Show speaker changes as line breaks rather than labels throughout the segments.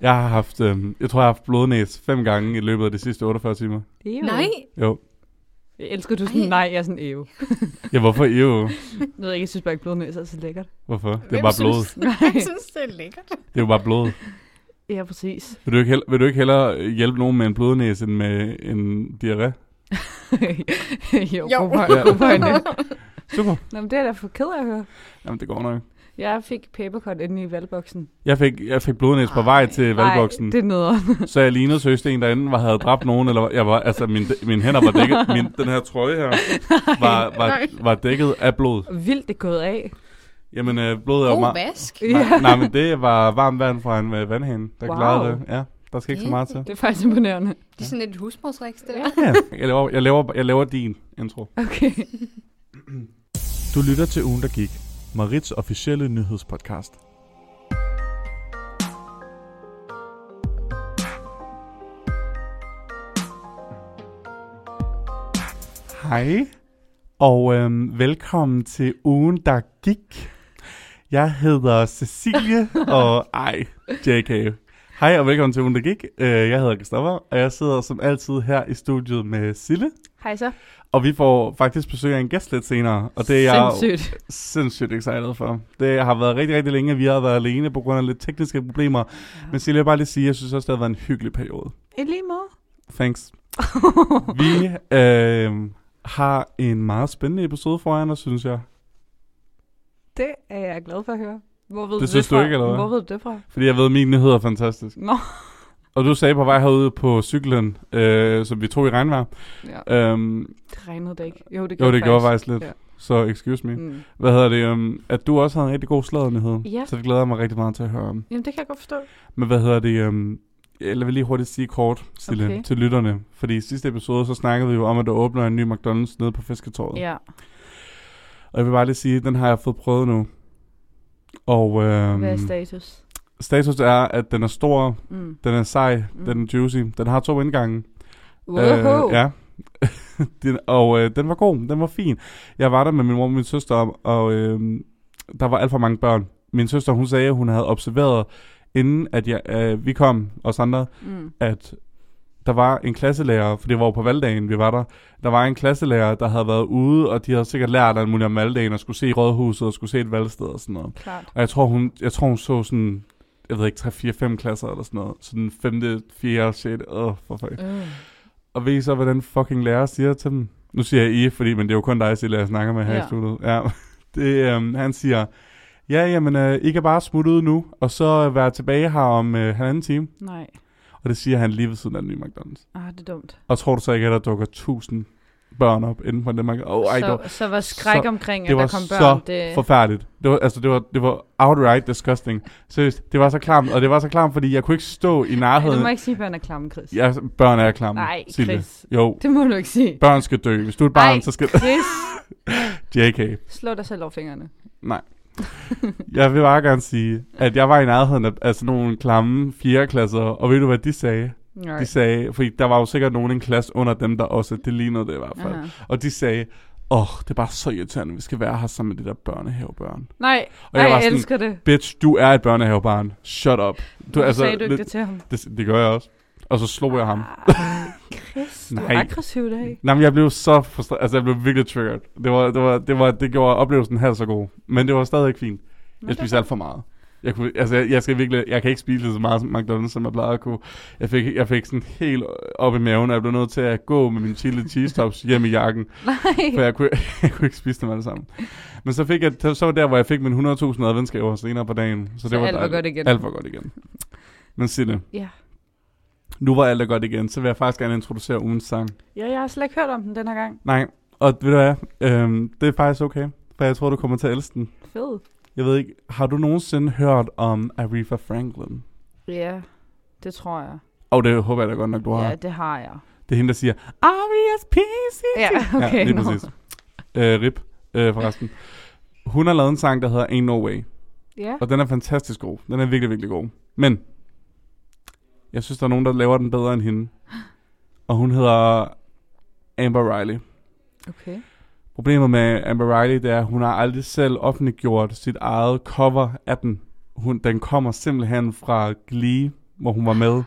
Jeg har haft, øhm, jeg tror, jeg har haft blodnæs fem gange i løbet af de sidste 48 timer.
Ew.
Nej,
Jo.
Jeg elsker, du er sådan,
Ej.
nej, jeg er sådan, ew.
Ja, hvorfor
Jeg
jo?
ved ikke, jeg synes bare ikke, blodnæs er så lækkert.
Hvorfor? Det er
hvem
bare blod.
synes, jeg synes, det er lækkert.
Det er jo bare blod.
Ja, præcis.
Vil du ikke hellere, vil du ikke hellere øh, hjælpe nogen med en blodnæse end med en diarré?
jo,
Jo.
jo. God, ja. god pointe.
Super.
Nå, men det er jeg da for ked af at høre.
Jamen, det går nok.
Jeg fik papercut inde i valgboksen.
Jeg fik, jeg fik blodnæs på vej til valgboksen,
Nej, det er noget.
så jeg lignede søst en, der enten var, havde dræbt nogen, eller jeg var, altså min, min hænder var dækket, min, den her trøje her var,
Nej.
var, var dækket af blod.
Vildt det er gået af.
Jamen, øh, blodet er jo
God
meget...
vask.
Nej, nej, men det var varmt vand fra en øh, vandhane, der
Wow.
klarede det. Ja, der skal ikke så meget til.
Det er faktisk imponerende.
Det er sådan lidt et husmorsriks, det der.
Ja.
Ja, jeg laver, jeg laver, jeg laver din intro.
Okay.
Du lytter til ugen, der gik. Marits officielle nyhedspodcast. Hej, og øhm, velkommen til ugen, der gik. Jeg hedder Cecilie, og ej, JK. Hej og velkommen til ugen, der gik. Øh, Jeg hedder Christoffer, og jeg sidder som altid her i studiet med Sille.
Hej så.
Og vi får faktisk besøg af en gæst lidt senere, og det er jeg
Sindssygt.
sindssygt excited for. Det har været rigtig, rigtig længe, at vi har været alene på grund af lidt tekniske problemer. Ja. Men Silje, jeg vil bare lige sige, at jeg synes også, det har været en hyggelig periode.
I lige måde.
Thanks. vi øh, har en meget spændende episode foran os, synes jeg.
Det er jeg glad for at høre. Hvor ved
Det synes du
fra?
ikke, eller hvad?
Hvor ved du det fra?
Fordi jeg ved, at min nyhed er fantastisk.
Nå.
Og du sagde på vej herude på cyklen, øh, som vi tog i regnvejr.
Ja,
Øhm,
det regnede det ikke. Jo, det
jo,
gjorde
det gjorde faktisk lidt.
Ja.
Ja. Så excuse me.
Mm.
Hvad hedder det? Um, at du også havde en rigtig god sladernyhed.
Ja.
Så det glæder jeg mig rigtig meget til at høre om.
Jamen, det kan jeg godt forstå.
Men hvad hedder det? Um, jeg vil lige hurtigt sige kort Sille,
Okay.
okay. til lytterne. Fordi i sidste episode, så snakkede vi jo om, at der åbner en ny McDonald's nede på Fisketorvet.
Ja.
Og jeg vil bare lige sige, at den har jeg fået prøvet nu. Og øhm,
Hvad er status?
status er, at den er stor,
Mm.
den er sej,
Mm.
mm. den er juicy. Den har to indgange.
Wow.
Øh, ja. den, og øh, den var god, den var fin. Jeg var der med min mor og min søster, og øh, der var alt for mange børn. Min søster, hun sagde, at hun havde observeret, inden at jeg, øh, vi kom, os andre,
Mm.
at der var en klasselærer, for det var jo på valgdagen, vi var der, der var en klasselærer, der havde været ude, og de havde sikkert lært alt muligt om valgdagen, og skulle se rådhuset, og skulle se et valgsted og sådan noget.
Klart.
Og jeg tror, hun, jeg tror, hun så sådan, jeg ved ikke, 3-4-5 klasser eller sådan noget. Sådan 5. 4. 6. Åh, for fuck.
Øh.
Og ved I så, hvad den fucking lærer siger til dem? Nu siger jeg I, fordi, men det er jo kun dig, Silla, jeg snakker med her
Ja.
i studiet. Ja. Det, øhm, han siger, ja, jamen, øh, I kan bare smutte ud nu, og så øh, være tilbage her om øh, halvanden time.
Nej.
Og det siger han lige ved siden af den nye McDonald's.
Ah, det er dumt.
Og tror du så ikke, at der dukker tusind børn op inden for den McDonald's? Oh, ej, det var
så, øh, så var skræk
så-
omkring, at
det var
der kom børn.
så
det...
forfærdeligt. Det var, altså, det var, det var outright disgusting. Seriøst, det var så klamt, og det var så klamt, fordi jeg kunne ikke stå i
Ej, du
nærheden.
må ikke sige, at børn er klamme, Chris.
Ja, børn er klamme,
Nej,
Sille.
Chris.
Jo,
Det må du ikke sige.
børn skal dø. Hvis du er et barn,
Ej,
så skal...
Chris,
JK.
slå dig selv over fingrene.
Jeg vil bare gerne sige, at jeg var i nærheden af, af sådan nogle klamme fireklasser, og ved du, hvad de sagde?
Nej.
De sagde, fordi der var jo sikkert nogen i en klasse under dem, der også, det lignede det i hvert fald.
Aha.
Og de sagde, åh, oh, det er bare så irriterende, vi skal være her sammen med de der børnehavebørn.
Nej,
Og jeg
Ej,
var
jeg
sådan-
elsker det.
Bitch, du er et børnehavebarn. Shut up.
Du, altså, sagde du ikke
det,
det, det til ham?
det, det gør jeg også. Og så slog jeg ham.
Ah, Chris, du er
Nej.
aggressiv i dag.
Nej, men jeg blev så frustreret. Altså, jeg blev virkelig triggered. Det, var, det, var, det, var, det gjorde oplevelsen halvt så god. Men det var stadig ikke fint.
Nå,
Jeg
det-
spiser alt for meget. Jeg, kunne, altså, jeg, jeg, skal virkelig, jeg kan ikke spise så meget som McDonald's, som jeg plejer at kunne. Jeg fik, jeg fik sådan helt op i maven, og jeg blev nødt til at gå med mine chili cheese tops hjem i jakken, for
Nej,
jeg kunne, jeg kunne ikke spise dem alle sammen. Men så, fik jeg, så var der, hvor jeg fik mine 100.000 adventsgaver senere på dagen. Så, det
Så
var
alt var
dejligt.
godt igen.
Alt var godt igen. Men Sille,
Ja.
nu var alt er godt igen, så vil jeg faktisk gerne introducere ugens sang.
ja, jeg har slet ikke hørt om den den her gang.
Nej, og ved du hvad, øhm, det er faktisk okay, for jeg tror, du kommer til at elske den.
Fed.
Jeg ved ikke, har du nogensinde hørt om Aretha Franklin?
Ja, det tror jeg.
Og det håber jeg da godt nok, du har.
Ja, det har jeg.
Det er hende, der siger, R.E.S.P.C.
Ja, okay.
ja, lige
nå.
præcis. Øh, Rip, øh, forresten. Hun har lavet en sang, der hedder Ain't No Way.
Ja,
Og den er fantastisk god. Den er virkelig, virkelig god. Men, jeg synes, der er nogen, der laver den bedre end hende. Og hun hedder Amber Riley.
okay.
Problemet med Amber Riley, det er, at hun har aldrig selv offentliggjort sit eget cover af den. Hun, den kommer simpelthen fra Glee, hvor hun var med.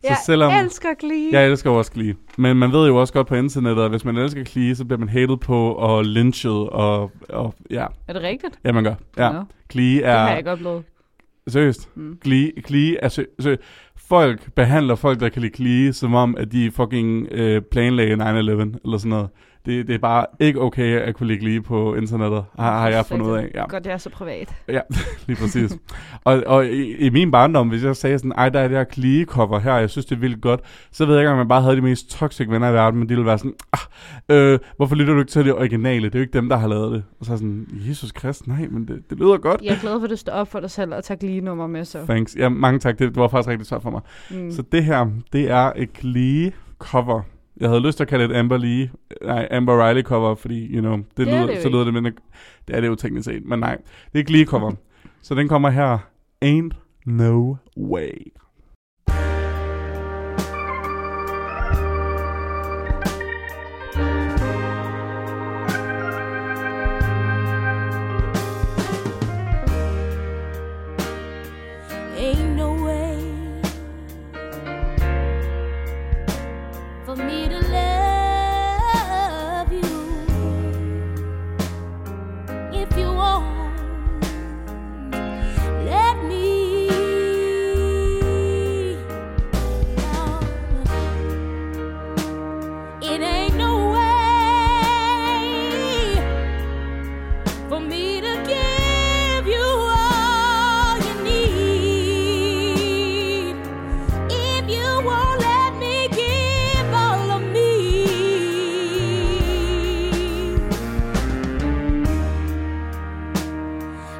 Så
jeg
selvom-
elsker Glee.
Jeg elsker jo også Glee. Men man ved jo også godt på internettet, at hvis man elsker Glee, så bliver man hated på og lynchet. Og, og ja.
Er det rigtigt?
ja, man gør. Ja.
Nå,
Glee
det har jeg
er...
ikke oplevet.
Seriøst.
Mm.
Glee, Glee er... Sø- sø- altså, folk behandler folk, der kan lide Glee, som om, at de fucking øh, planlagde 9-11 eller sådan noget. Det, det er bare ikke okay at kunne lide Glee på internettet, har, har jeg fundet ud af. Ja.
Godt, det er så privat.
Lige præcis. og og i, i min barndom, hvis jeg sagde sådan, ej, der er det her klige-cover her, og jeg synes, det er vildt godt, så ved jeg ikke, om man bare havde de mest toxic venner i verden, men de ville være sådan, ah, øh, hvorfor lytter du ikke til det originale? Det er jo ikke dem, der har lavet det. Og så er jeg sådan, Jesus Krist, nej, men det, det lyder godt.
Jeg er glad for, at du står op for dig selv og tager lige nummer med, så.
Thanks. Ja, mange tak. Det, det var faktisk rigtig svært for mig.
Mm.
Mm.
så
Så det her, det er et klige-cover. Jeg havde lyst til at kalde det et Amber Lee, nej, Amber Riley cover, fordi, you know, det,
er
det lyder,
det jo
så lyder det, men det det er det jo teknisk set, men nej, det er et Glee cover. så den kommer her, Ain't No Way.
Ain't no way for me to love you if you won't let me. It ain't no way for me to give you all you need. If you won't let me give all of me,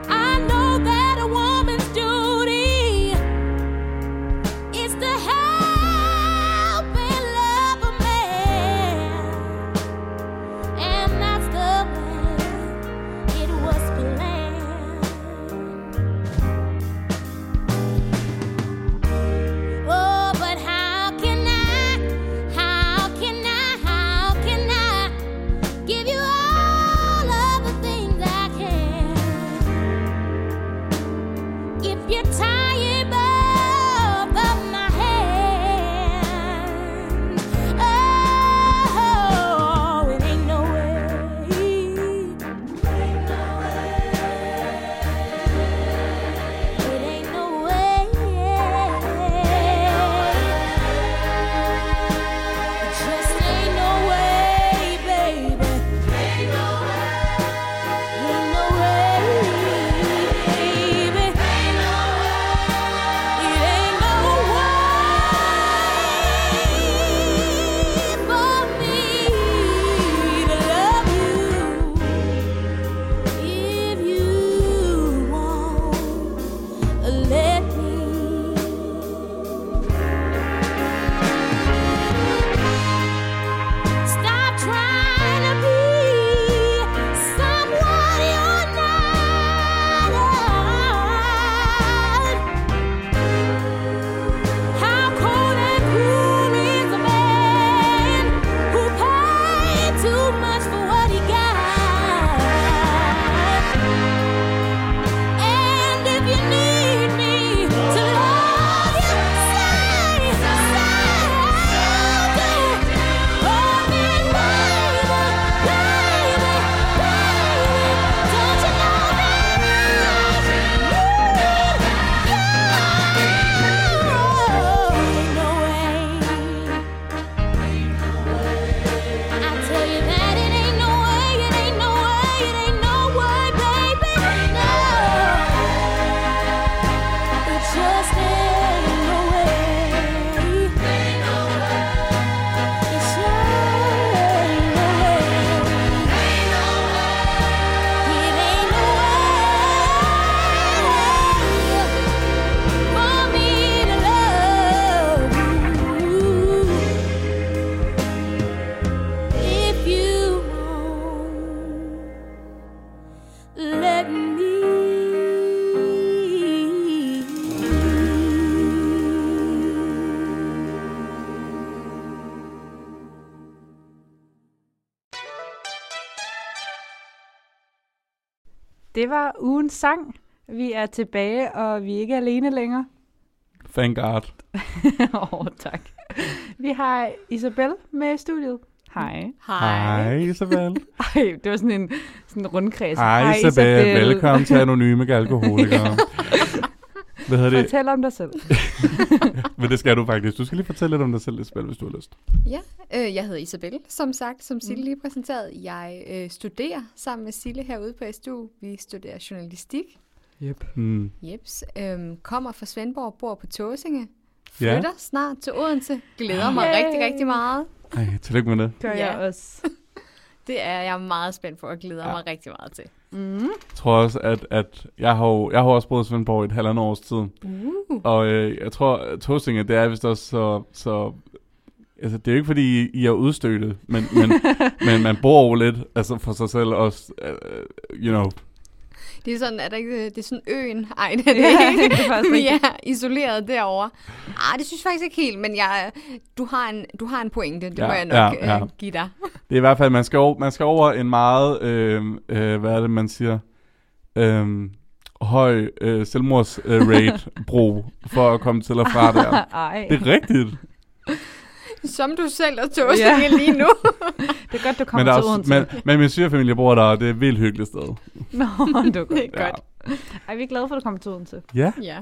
I know that a woman's duty is to help and love a man, and that's the way it was planned. Oh, but how can I, how can I, how can I give you all of the things I can? If you're tired of, of my hand, oh, it ain't no way. It ain't no way It just ain't no way, baby Ain't no way baby Ain't no way It ain't no way for me to love you if you won't let me stop trying to be someone you're not. How cold and cruel is a man who paid too much for what he got? And if you need me to love you, say, say, I'm in favor, baby, baby. Don't you know that I need you? I tell you that it ain't no way, it ain't no way, it ain't no way, baby. No, it just ain't no way. Ain't no way. It just ain't no way for me to love you. If you won't let me.
Det var ugens sang. Vi er tilbage, og vi er ikke alene længere.
Thank God.
Åh, oh, tak. Vi har Isabel med i studiet. Hej.
Hej, Isabel.
Ej, det var sådan en, sådan en rundkreds.
Hej, Isabel. Velkommen til Anonyme Alkoholikere. Hvad hedder det?
Fortæl om dig selv.
Men det skal du faktisk. Du skal lige fortælle lidt om dig selv, Isabel, hvis du har lyst.
Ja, øh, jeg hedder Isabel, som sagt, som
Mm.
Sille lige præsenterede. Jeg øh, studerer sammen med Sille herude på SDU. Vi studerer journalistik.
Yep. Mm.
Jeps. Øhm, kommer fra Svendborg, bor på Tåsinge.
Ja.
Flytter snart til Odense. Glæder mig
Yay.
rigtig, rigtig meget.
Ej, tillykke med det.
Gør
Ja.
jeg også.
Det er jeg meget spændt på og glæder
Ja.
ja. mig rigtig meget til.
Mm.
Jeg tror også, at, at jeg, har jo, jeg har også boet i Svendborg i et halvandet års tid.
Uh.
Og øh, jeg tror, at Tåsinge, det er vist også så... så altså, det er jo ikke, fordi I- I er udstødte, men, men, men man bor jo lidt altså, for sig selv også, øh, you know.
Det er sådan, er der ikke, øh, det er sådan øen. Ej, det er det
Ja,
ikke.
det er faktisk
Vi er isoleret derovre. Ah, det synes jeg faktisk ikke helt, men jeg, du, har en, du har en pointe. Det
Ja,
ja, må jeg nok
ja,
ja,
ja.
ja. Øh, give dig.
Det er i hvert fald, man skal over, man skal over en meget, øh, øh, hvad er det, man siger, øh, høj øh, selvmords øh, rate bro for at komme til og fra der.
Ej,
Det er rigtigt.
Som du selv og Tåsinge ja. lige nu.
det er godt, du
Men,
kommer
der er
til
også,
Odense. Men...
men, men min svigerfamilie bor der, og det er et vildt hyggeligt sted.
Nå, du er
Det
godt.
er godt.
Ej, vi er glade for, at du kommer til Odense.
Ja.
Ja. ja.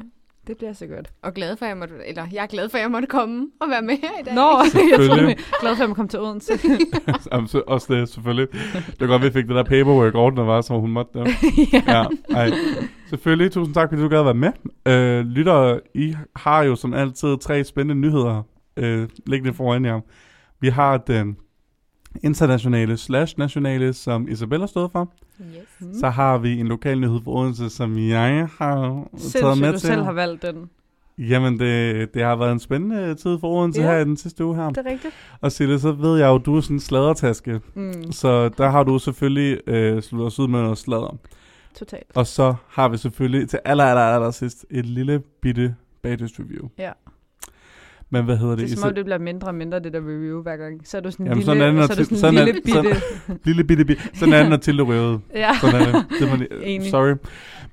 Det bliver så godt.
Og glad for, at jeg måtte, eller jeg er glad for, at jeg måtte komme og være med her i dag.
Nå, jeg tror,
Selvfølgelig.
jeg er glad for, at du kom til Odense.
Jamen, så- også det, selvfølgelig. Det var godt, vi fik det der paperwork ordnet, var, så hun måtte det.
ja.
Ja, ej. Selvfølgelig, tusind tak, fordi du gad at være med. Øh, lytter, I har jo som altid tre spændende nyheder øh, liggende foran jer. Vi har den internationale slash nationale, som Isabella stod for.
Yes.
Mm.
Så har vi en lokal nyhed fra Odense, som jeg har taget
Sindssygt,
med
du
til.
selv har valgt den.
Jamen, det, det har været en spændende tid for Odense
Ja.
her i den sidste uge her.
Det er rigtigt.
Og Sille, så ved jeg jo, du er sådan en sladertaske.
Mm.
Så der har du selvfølgelig øh, sluttet os ud med noget sladder.
Totalt.
Og så har vi selvfølgelig til aller, aller, aller sidst et lille bitte bagdyst review.
Ja.
Men hvad hedder
Det
det?
er
det
som om, det bliver mindre og mindre, det der review hver gang. Så er du sådan en
Jamen,
lille,
sådan er det, når
så er du
ti-
sådan en
sådan er-
lille bitte.
Lille bitte bitte. Sådan er den, når Tilde ryger ud.
ja.
Sådan er det. det må lige,
Enig.
sorry.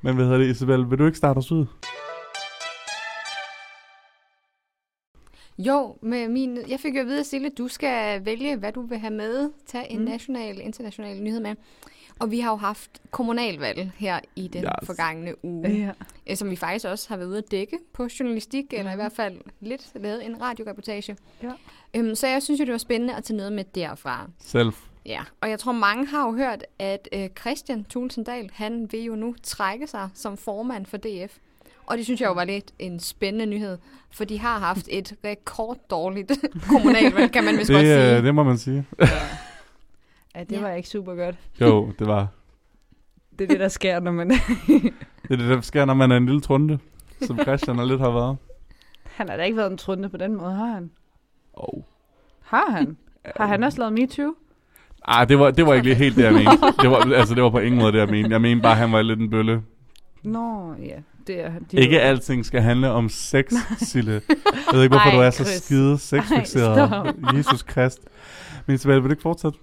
Men hvad hedder det, Isabel? Vil du ikke starte os ud?
Jo, med min, jeg fik jo at vide, Sille, du skal vælge, hvad du vil have med. Tag en
Mm.
mm. national, international nyhed med. Og vi har jo haft kommunalvalg her i den
Yes.
yes. forgangne uge.
ja.
øh, som vi faktisk også har været ude at dække på journalistik, mm. eller i
Mhm.
hvert fald lidt lavet en radioreportage.
Ja.
Øhm, så jeg synes jo, det var spændende at tage noget med derfra.
Selv.
Ja. Og jeg tror, mange har jo hørt, at øh, Christian Tulsendal, han vil jo nu trække sig som formand for DF. Og det synes jeg jo var lidt en spændende nyhed, for de har haft et rekorddårligt kommunalvalg, kan man vist godt
Det,
sige.
øh, det må man sige.
ja, det
Ja.
var ikke super godt.
Jo, det var.
Det er det, der sker, når man...
Det er det, der sker, når man er en lille trunde, som Christian og lidt har været.
han har da ikke været en trunde på den måde, har han?
Oh.
Har han? Har han også lavet MeToo?
Ah, det var, det var ikke lige helt det, jeg mente. Det var, altså, det var på ingen måde det, jeg mente. Jeg mente bare, at han var lidt en bølle.
Nå, ja. Det er, de
Ikke alting skal handle om sex, Sille. Jeg ved ikke, hvorfor Ej,
Ej,
du er så
Chris.
skide sexfixeret.
Ej,
Jesus Krist. Men Isabel, vil du ikke fortsætte?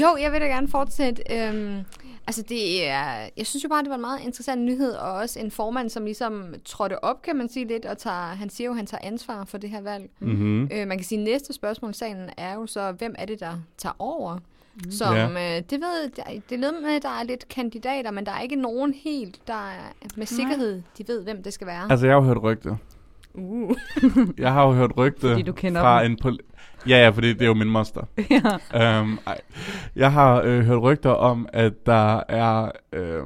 Jo, jeg vil da gerne fortsætte. Øhm, altså det er, jeg synes jo bare, det var en meget interessant nyhed, og også en formand, som ligesom trådte op, kan man sige lidt, og tager, han siger jo, at han tager ansvar for det her valg.
Mm.
Mm-hmm.
Øh, man kan sige, at næste spørgsmål i salen er jo så, hvem er det, der tager over?
Mm.
Som,
Ja.
ja. øh, det ved jeg- det ved med, at der er lidt kandidater, men der er ikke nogen helt, der er- med sikkerhed, de ved, hvem det skal være.
Altså, jeg har jo hørt rygte.
Uh.
Jeg har jo hørt rygte
Fordi du kender
fra
dem.
en pol- Ja, ja, for det, det er jo min moster.
ja.
Øhm, ej. jeg har øh, hørt rygter om, at der er øh,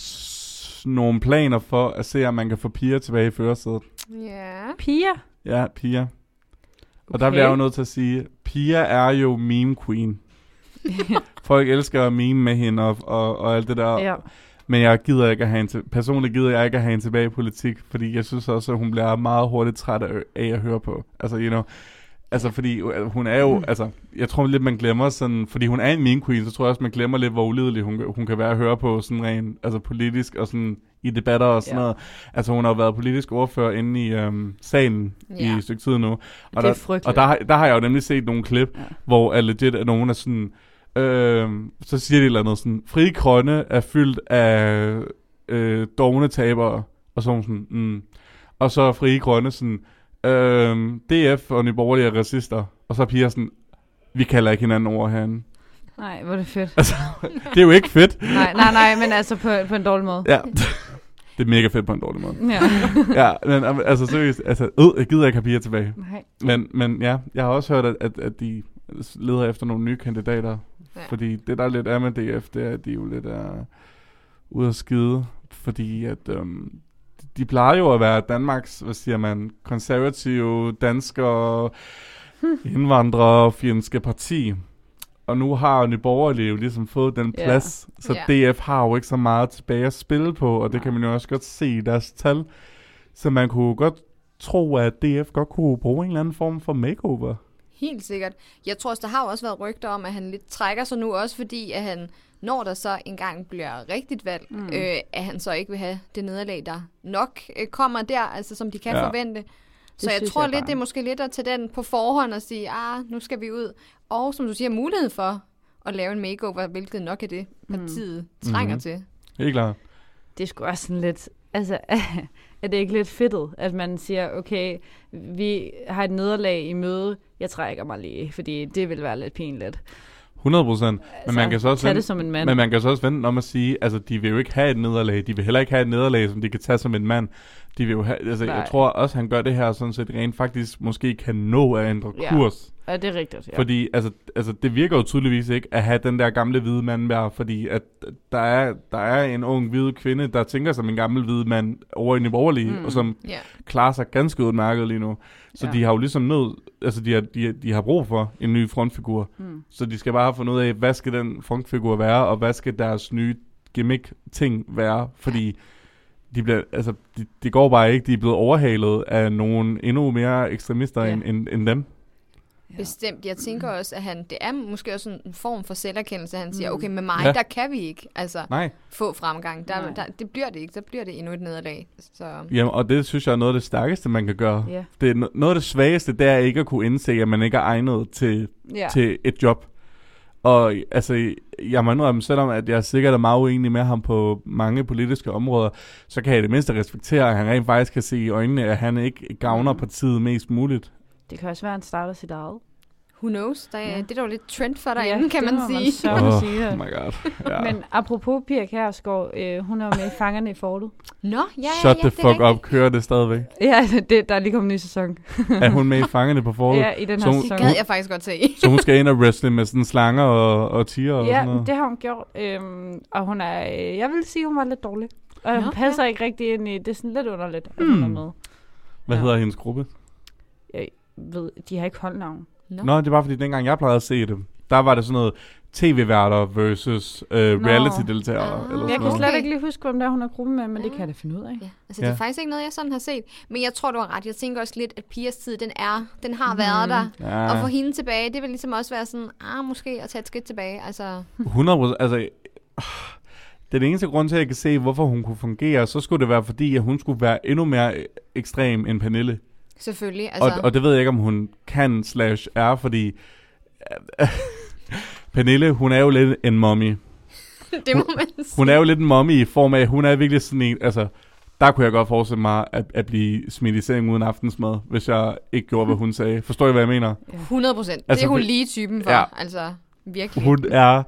s- nogle planer for at se, om man kan få piger tilbage i førersædet.
Ja.
Piger?
Ja, piger. Og der bliver jeg jo nødt til at sige, Pia er jo meme queen. Folk elsker at meme med hende og, og, og alt det der.
Ja.
Men jeg gider ikke at have hende til- personligt gider jeg ikke at have hende tilbage i politik, fordi jeg synes også, at hun bliver meget hurtigt træt af, af at høre på. Altså, you know, altså fordi øh, hun er
Mm.
jo, altså, jeg tror lidt, man glemmer sådan, fordi hun er en meme queen, så tror jeg også, man glemmer lidt, hvor ulidelig hun, hun kan være at høre på, sådan rent, altså politisk og sådan i debatter og sådan
Ja.
ja. noget. Altså, hun har jo været politisk ordfører inde i øhm, salen ja. i
Ja.
et stykke tid nu. Og
Det
der,
er frygteligt.
og der, har- der har jeg jo nemlig set nogle klip, ja.
Ja.
hvor er legit at nogen er sådan, øh, så siger de et eller andet sådan, frie grønne er fyldt af øh, dogne tabere, og så er hun sådan, mm. Og så er Frie Grønne sådan, øhm, DF og Nye Borgerlige er racister. Og så er piger sådan, vi kalder ikke hinanden ord herinde.
Nej, hvor er det fedt.
Altså, det er jo ikke fedt.
Nej, nej, nej, men altså på, på en dårlig måde.
Ja. Det er mega fedt på en dårlig måde.
Ja.
Ja, men am- altså seriøst, altså, øh, jeg gider ikke have piger tilbage.
Nej.
Men, men ja, jeg har også hørt, at, at, at de leder efter nogle nye kandidater. Ja.
Ja.
Fordi det, der lidt er med DF, det er, at de jo lidt er ude at skide. Fordi at øhm, de plejer jo at være Danmarks, hvad siger man, konservative, danskere, indvandrere, fjendske parti. Og nu har Nye Borgerlige jo ligesom fået den
Ja.
plads, så DF har jo ikke så meget tilbage at spille på, og det kan man jo også godt se i deres tal. Så man kunne godt tro, at DF godt kunne bruge en eller anden form for makeover.
Helt sikkert. Jeg tror også, der har jo også været rygter om, at han lidt trækker sig nu, også fordi, at han, når der så engang bliver rigtigt valg, mm. øh, at han så ikke vil have det nederlag, der nok øh, kommer der, altså som de kan
Ja.
ja. forvente. Så jeg
synes
tror
jeg
lidt,
bare.
det er måske lidt at tage den på forhånd og sige, ah, nu skal vi ud. Og som du siger, mulighed for at lave en makeover, hvilket nok er det, partiet mm. trænger
Mhm.
mm. til.
Helt klart.
Det er sgu også sådan lidt... Altså, er det ikke lidt fedtet, at man siger, okay, vi har et nederlag i møde, jeg trækker mig lige, fordi det vil være lidt pinligt.
100 procent. Men,
Altså,
man kan så også
Tag det
vente-
som en mand.
men man kan så også vente om at sige, altså de vil jo ikke have et nederlag. De vil heller ikke have et nederlag, som de kan tage som en mand. De vil jo have, altså jeg
Nej.
tror også, han gør det her sådan set rent faktisk måske kan nå at ændre
Ja.
kurs.
Ja, det er rigtigt, ja.
Fordi altså, altså, det virker jo tydeligvis ikke at have den der gamle hvide mand der, fordi at der er, der er en ung hvide kvinde, der tænker som en gammel hvide mand over i Nye Borgerlige, mm.
Mm.
og som
Ja.
klarer sig ganske udmærket lige nu. Så
Ja.
de har jo ligesom nød, altså de har, de, har- de har brug for en ny frontfigur.
Mm.
Så de skal bare have fundet ud af, hvad skal den frontfigur være, og hvad skal deres nye gimmick-ting være, fordi de bliver, altså, de, de går bare ikke, de er blevet overhalet af nogle endnu mere ekstremister
Ja.
ja. end, end, end dem.
Ja.
Bestemt. Jeg tænker også, at han, det er måske også en form for selverkendelse, at han siger, okay, med mig,
Ja.
ja. der kan vi ikke. Altså,
Nej.
få fremgang. Der,
Nej.
der, det bliver det ikke. Der bliver det endnu et nederlag. Så
Jamen, og det synes jeg er noget af det stærkeste, man kan gøre.
Ja.
Det er no- noget af det svageste, det er ikke at kunne indse, at man ikke er egnet til,
Ja.
ja. til et job. Og altså, jeg må indrømme, selvom at jeg sikkert er meget uenig med ham på mange politiske områder, så kan jeg i det mindste respektere, at han rent faktisk kan se i øjnene, at han ikke gavner partiet mest muligt.
Det kan også være, at han starter sit eget.
who knows? Der, ja.
Ja.
Det er dog lidt trend for derinde, ja, kan
det
man
må
sige.
Man
Man
så oh. sige.
oh my god. Ja.
Men apropos Pia Kærsgaard, øh, hun er jo med i Fangerne i Fortet.
Nå, ja, ja,
Shut
ja,
the
det er
fuck
rigtigt.
up, kører det stadigvæk.
Ja, det, der er lige kommet en ny sæson.
Er hun med i fangerne på forholdet?
Ja, i den
Så
her
hun-
sæson.
up.
Gad jeg faktisk godt se.
Så hun skal ind og wrestle med sådan slanger og, og tiger og
Ja,
sådan noget?
det har hun gjort. Øhm, og hun er, øh, jeg vil sige, hun var lidt dårlig. Og hun
Nå, Hmm.
passer ikke rigtig ind i, det er sådan lidt underligt, at hun er
Mm.
med.
Hvad
Ja.
hedder hendes gruppe?
Jeg ved, de har ikke holdnavn.
Nå.
Nå, det var fordi, dengang jeg plejede at se det, der var det sådan noget tv-værter versus øh,
Nå.
reality-deltagere.
Ah.
eller
Men
sådan
jeg kan
noget.
slet
Okay.
ikke lige huske, hvem der hun er gruppe med, men det kan jeg da finde ud af.
Ja, altså, ja. det
Ja.
er faktisk ikke noget, jeg sådan har set. Men jeg tror, du har ret. Jeg tænker også lidt, at pigers tid, den er, den har været der.
Ja.
Og få hende tilbage, det vil ligesom også være sådan, ah, måske at tage et skridt tilbage. Altså,
100 procent. Altså, øh, den eneste grund til, at jeg kan se, hvorfor hun kunne fungere, så skulle det være fordi, at hun skulle være endnu mere øh, ekstrem end Pernille.
selvfølgelig. Altså,
Altså. Og, og det ved jeg ikke, om hun kan slash er, fordi... Pernille, hun er jo lidt en mommy.
det må man sige.
Hun er jo lidt en mommy i form af, at hun er virkelig sådan en... Altså, der kunne jeg godt forestille mig at, at blive smidt i seng uden aftensmad, hvis jeg ikke gjorde, hvad hun sagde. Forstår I, hvad jeg mener?
100 procent. Altså,
Altså,
det er hun
vi-
lige typen for.
Ja.
Ja. Altså, virkelig.
Hun er...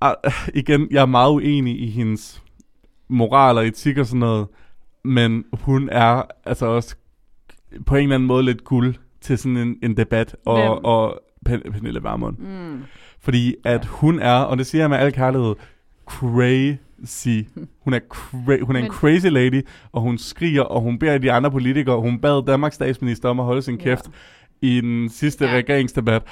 Ah, igen, jeg er meget uenig i hendes moral og etik og sådan noget, men hun er altså også på en eller anden måde lidt guld til sådan en, en debat og,
Hvem?
og Pen- Pernille Vermund.
Hmm.
Mm.
Fordi at ja. hun er, og det siger jeg med al kærlighed, crazy. Hun er, cra- hun er en
Men-
crazy lady, og hun skriger, og hun beder de andre politikere, hun bad Danmarks statsminister om at holde sin
Ja.
kæft i den sidste
Ja.
regeringsdebat.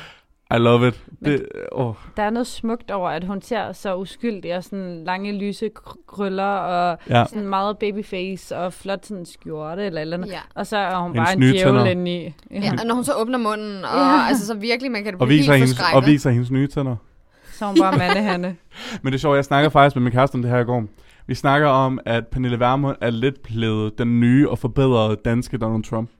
I love it.
Men-
Det, åh.
Der er noget smukt over, at hun ser så uskyldig og sådan lange lyse kr- krøller og
Ja.
sådan meget babyface og flot sådan skjorte eller et eller andet.
Ja.
Og så er hun
Hendes
bare en
nye
djævel
tænder.
indeni.
Ja, og når hun så åbner munden, og
Ja.
ja. altså, så virkelig, man kan det
Og
blive
viser,
helt
hendes,
forskrækket.
og viser hendes nye tænder.
Så er hun bare mandehanne.
Men det er sjovt, jeg snakker faktisk med min kæreste om det her i går. Vi snakker om, at Pernille Vermund er lidt blevet den nye og forbedrede danske Donald Trump.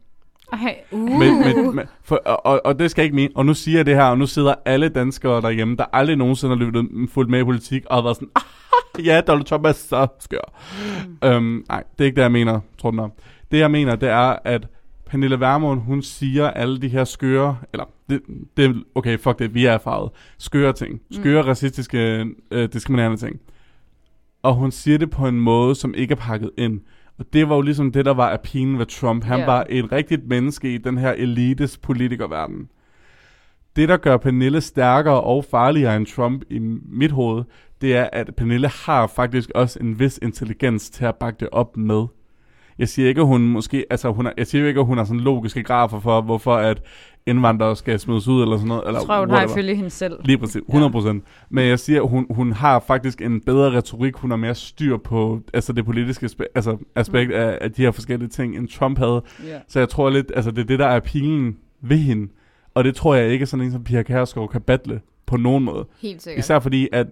Okay.
Uh. Men, men, men, for, og, og, og det skal jeg ikke mene. Og nu siger jeg det her, og nu sidder alle danskere derhjemme, der aldrig nogensinde har lyttet fuldt med i politik, og har været sådan, ah, ja, Donald Trump er så skør. Mm. Øhm, nej, det er ikke det, jeg mener, tror den om. Det jeg mener, det er, at Pernille Vermund, hun siger alle de her skøre, eller det, det, okay, fuck det, vi er erfaret, skøre ting, skøre mm. racistiske, øh, diskriminerende ting. Og hun siger det på en måde, som ikke er pakket ind. Og det var jo ligesom det, der var af pinen ved Trump. Han
Ja.
yeah. var et rigtigt menneske i den her elites politikerverden. Det, der gør Pernille stærkere og farligere end Trump i mit hoved, det er, at Pernille har faktisk også en vis intelligens til at bakke det op med. Jeg siger ikke, at hun måske, altså hun er, jeg siger jo ikke, at hun har sådan logiske grafer for, hvorfor at indvandrere skal smides ud eller sådan noget. Eller
Jeg tror, hun har
whatever.
ifølge hende selv.
Lige præcis, 100%. Ja. Men jeg siger, hun, hun har faktisk en bedre retorik, hun har mere styr på altså det politiske aspe- altså aspekt mm. af, af de her forskellige ting, end Trump havde.
Ja.
Så jeg tror lidt, altså det er det, der er pilen ved hende. Og det tror jeg ikke, sådan en som Pia Kærsgaard kan battle på nogen måde.
Helt sikkert.
Især fordi, at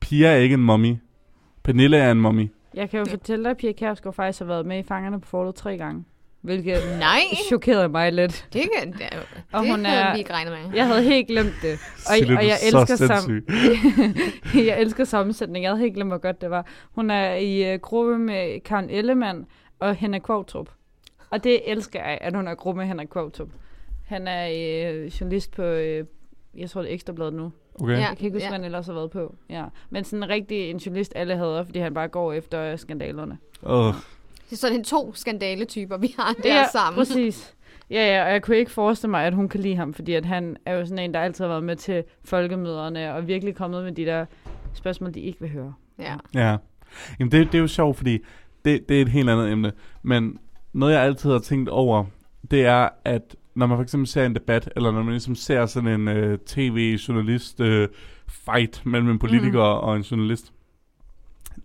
Pia er ikke en mommy. Pernille er en mommy.
Jeg kan jo
Ja.
fortælle dig, at Pia Kjærsgaard faktisk har været med i Fangerne på Fortet tre gange. Hvilket
Nej,
chokerede mig lidt.
det, kan, det,
Og
det
hun
havde
er-
vi ikke regnet med.
Jeg havde helt glemt det. Og,
Sille,
og
du
jeg
er
elsker
så
sam-
sindssyg.
jeg elsker sammensætning. Jeg havde helt glemt, hvor godt det var. Hun er i uh, gruppe med Karen Ellemann og Henrik Kvartrup. Og det elsker jeg, at hun er i gruppe med Henrik Kvartrup. Han er øh, journalist på, øh, jeg tror det er Ekstrabladet nu.
Okay.
Ja.
Ja.
Jeg kan ikke huske, hvad han ellers har været på. Ja. Men sådan rigtig en journalist, alle hader, fordi han bare går efter skandalerne.
Oh,
Det er sådan to skandaletyper, vi har der
ja,
sammen.
præcis. Ja, ja, og jeg kunne ikke forestille mig, at hun kan lide ham, fordi at han er jo sådan en, der altid har været med til folkemøderne, og virkelig kommet med de der spørgsmål, de ikke vil høre.
Ja.
ja. Jamen det, det er jo sjovt, fordi det, det er et helt andet emne. Men noget, jeg altid har tænkt over, det er, at når man for eksempel ser en debat, eller når man ligesom ser sådan en øh, tv-journalist øh, fight mellem en politiker mm. og en journalist,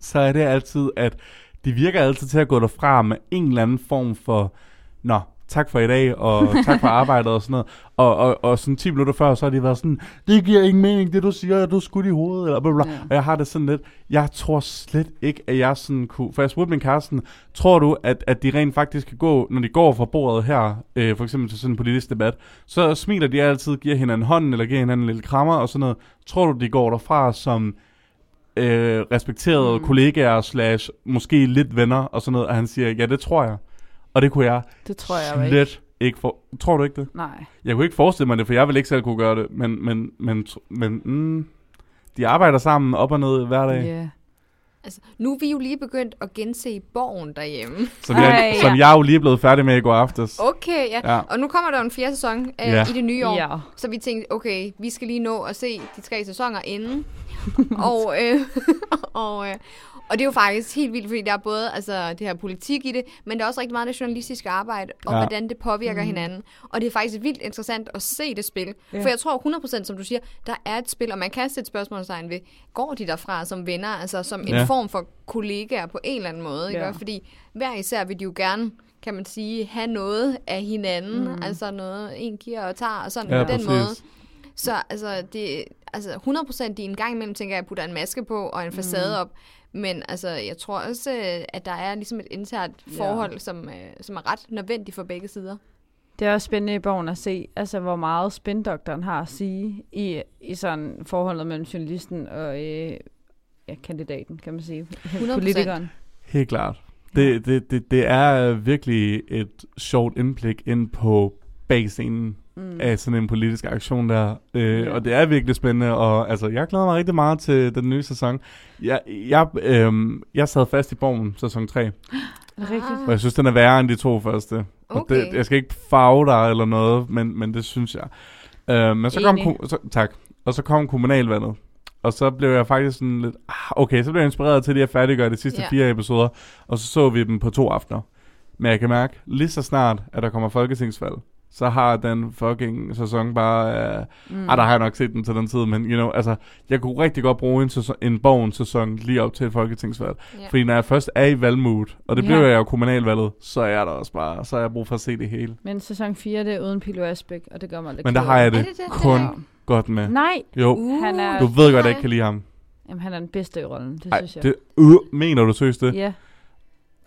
så er det altid, at de virker altid til at gå derfra med en eller anden form for, nå, tak for i dag, og tak for arbejdet og sådan noget. Og, og, og sådan 10 minutter før, så har de været sådan, det giver ingen mening, det du siger, og du er skudt i hovedet, eller bla bla.
Ja.
Ja. Og jeg har det sådan lidt, jeg tror slet ikke, at jeg sådan kunne, for jeg spurgte min kæreste, sådan, tror du, at, at de rent faktisk kan gå, når de går fra bordet her, øh, for eksempel til sådan en politisk debat, så smiler de altid, giver hinanden hånden, eller giver hinanden en lille krammer og sådan noget. Tror du, de går derfra som øh, respekterede mm. kollegaer, slash måske lidt venner og sådan noget, og han siger, ja, det tror jeg. Og det kunne jeg
Det tror jeg jo ikke.
slet ikke for... Tror du ikke det?
Nej.
Jeg kunne ikke forestille mig det, for jeg ville ikke selv kunne gøre det, men, men, men, tr- men mm, de arbejder sammen op og ned hver dag, yeah.
Ja.
Altså, nu er vi jo lige begyndt at gense borgen derhjemme.
som, jeg,
Ej,
som jeg jo lige er blevet færdig med i går aftes.
Okay, ja.
Ja.
Og nu kommer der jo en fjerde sæson øh,
Ja.
i det nye år.
Ja.
Så vi tænkte, okay, vi skal lige nå at se de tre sæsoner inden. og, øh, og, øh, og det er jo faktisk helt vildt, fordi der er både altså, det her politik i det, men der er også rigtig meget det journalistiske arbejde, og
Ja.
ja. hvordan det påvirker mm. hinanden. Og det er faktisk vildt interessant at se det spil. Ja. For jeg tror 100%, som du siger, der er et spil, og man kan sætte spørgsmålstegn ved, går de derfra som venner, altså som en
Ja.
form for kollegaer på en eller anden måde? Ikke?
Ja.
Ja. Fordi hver især vil de jo gerne kan man sige, have noget af hinanden, mm. altså noget, en giver og tager, og sådan
Ja,
ja, på den
præcis.
måde. Så altså, det, altså 100% de en gang imellem, tænker jeg, putter en maske på og en facade mm. op. Men altså, jeg tror også, øh, at der er ligesom et internt
Ja.
forhold, ja. som, øh, som er ret nødvendigt for begge sider.
Det er også spændende i bogen at se, altså, hvor meget spindoktoren har at sige i, i sådan forholdet mellem journalisten og øh, ja, kandidaten, kan man sige.
100%.
Politikeren.
Helt klart. Det, det, det, det er virkelig et sjovt indblik ind på bagscenen mm. af sådan en politisk aktion der. Øh,
Ja.
ja. Og det er virkelig spændende, og altså, jeg glæder mig rigtig meget til den nye sæson. Jeg, jeg, øh, jeg sad fast i borgen, sæson 3,
Er det rigtigt?
og jeg synes, den er værre end de to første. Og
Ah, Okay.
det, jeg skal ikke farve dig eller noget, men, men det synes jeg. Øh, men så kom,
Enig.
kom- så, tak. Og så kom kommunalvandet. Og så blev jeg faktisk sådan lidt, ah, okay, så blev jeg inspireret til lige at færdiggøre de sidste
Ja.
yeah. fire episoder, og så så vi dem på to aftener. Men jeg kan mærke, lige så snart, at der kommer folketingsvalg, så har den fucking sæson bare... Øh, mm. Ah, der har jeg nok set den til den tid, men you know, altså, jeg kunne rigtig godt bruge en, sæson, en bogen-sæson lige op til et folketingsvalg.
Ja.
Yeah. Fordi når jeg først er i valgmood, og det
Ja.
yeah. blev jeg jo kommunalvalget, så er jeg der også bare, så har jeg brug for at se det hele.
Men sæson 4, det er uden Pilo Asbæk, og det gør mig lidt
Men der
ked
har
af
jeg det,
Er det det,
kun
det
godt med.
det. Nej,
Jo,
han er-
du ved godt, at
nej.
jeg ikke kan lide ham.
Jamen, han er den bedste i rollen, det
Ej,
synes jeg.
det, øh, mener du seriøst det?
Ja.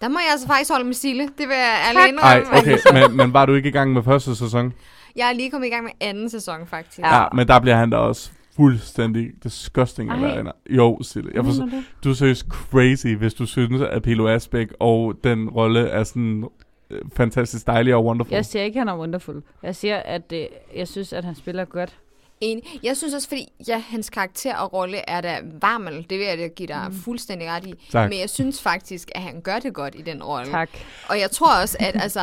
Der må jeg altså faktisk holde med Sille. Det vil jeg ærligt
Tak.
Ej,
indrømme.
okay, men, men var du ikke i gang med første sæson?
Jeg er lige kommet i gang med anden sæson, faktisk.
Ja. ja men der bliver han da også fuldstændig disgusting.
Ej.
Eller, andet. jo, Sille. Jeg forstår,
Mener du det?
du er seriøst crazy, hvis du synes, at Pilo Asbæk og den rolle er sådan øh, fantastisk dejlig og wonderful.
Jeg siger ikke, at han er wonderful. Jeg siger, at øh, jeg synes, at han spiller godt.
Enig. Jeg synes også, fordi ja, hans karakter og rolle er da varmel. Det vil jeg da give dig mm. fuldstændig ret i.
Tak.
Men jeg synes faktisk, at han gør det godt i den rolle.
Tak.
Og jeg tror også, at altså,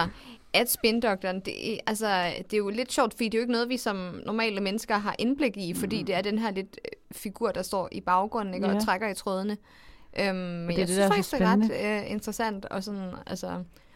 at spindoktoren, det, altså, det er jo lidt sjovt, fordi det er jo ikke noget, vi som normale mennesker har indblik i, fordi mm. det er den her lidt øh, figur, der står i baggrunden ikke,
Ja.
og trækker i trådene. Øhm, men
det
jeg
er det,
det,
der
synes
er så
faktisk, det er ret øh, interessant. Og sådan, altså,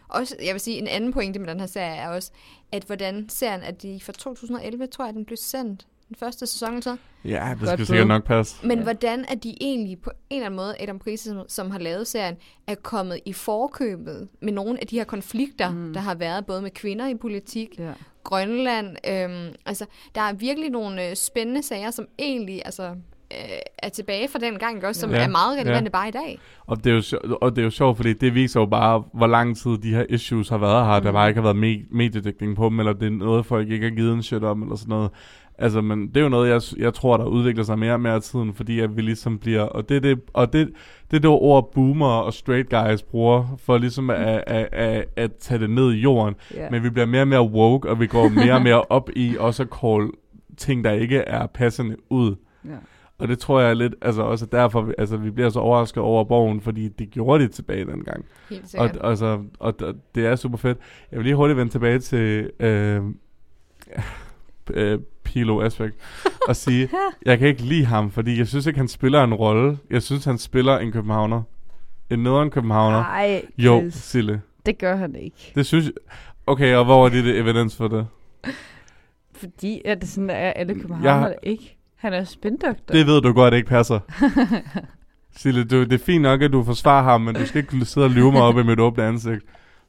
også, jeg vil sige, en anden pointe med den her serie er også, at hvordan serien, at de fra 2011, tror jeg, den blev sendt, den første sæson, så,
Ja, det
Godt
skal
bud.
sikkert nok passe.
men
Ja.
ja. hvordan er de egentlig på en eller anden måde, Adam Price, som, som har lavet serien, er kommet i forkøbet med nogle af de her konflikter,
Mm.
mm. der har været både med kvinder i politik,
Ja.
Grønland. Øhm, altså, der er virkelig nogle øh, spændende sager, som egentlig altså, øh, er tilbage fra den gang, ikke også, som
Ja,
ja. er meget
ja.
relevante ja. bare i dag.
Og det, er jo sjovt, og det er jo sjovt, fordi det viser jo bare, hvor lang tid de her issues har været her. Mm. Der bare ikke har været me- mediedækning på dem, eller det er noget, folk ikke har givet en shit om, eller sådan noget. Altså, men det er jo noget, jeg, s- jeg tror, der udvikler sig mere og mere af tiden, fordi at vi ligesom bliver... Og det er det, og det, det, er det ord, boomer og straight guys bruger, for ligesom at, at, at, at tage det ned i jorden.
Ja.
Men vi bliver mere og mere woke, og vi går mere og mere op i også at call ting, der ikke er passende ud.
Ja.
Og det tror jeg er lidt, altså også derfor, vi- altså vi bliver så overrasket over borgen, fordi det gjorde det tilbage dengang.
Helt
Og,
sikkert. Og,
altså, og, og det er super fedt. Jeg vil lige hurtigt vende tilbage til øh, øh, Pilo Asbæk og sige, jeg kan ikke lide ham, fordi jeg synes ikke, han spiller en rolle. Jeg synes, han spiller en københavner. En nederen københavner. Ah,
Nej,
jo,
Chris.
Sille.
det gør han ikke.
Det synes jeg. Okay, og hvor er det, det evidens for det?
Fordi at det sådan er alle københavner jeg... ikke. Han er spindoktor.
Det ved du godt ikke passer. Sille, du, det er fint nok, at du forsvarer ham, men du skal ikke sidde og lyve mig op i mit åbne ansigt.